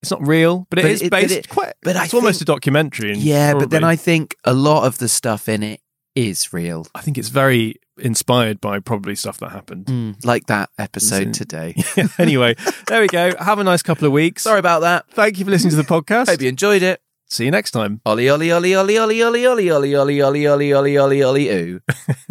Speaker 3: it's not real, but it
Speaker 1: But
Speaker 3: is
Speaker 1: it- but
Speaker 3: based
Speaker 1: it-
Speaker 3: quite.
Speaker 1: but I
Speaker 3: it's almost a
Speaker 1: think-
Speaker 3: documentary. And
Speaker 1: yeah but then
Speaker 3: probably-
Speaker 1: i think a lot of the stuff in it is real
Speaker 3: I think it's very inspired by probably stuff that happened.
Speaker 1: like that episode
Speaker 3: Isn't-
Speaker 1: today
Speaker 3: anyway, there we go. Have a nice couple of weeks.
Speaker 1: sorry about that
Speaker 3: Thank you for listening to the podcast.
Speaker 1: hope you enjoyed it
Speaker 3: See you next time.
Speaker 1: ollie ollie ollie ollie ollie ollie ollie ollie ollie ollie ollie ollie ollie ooh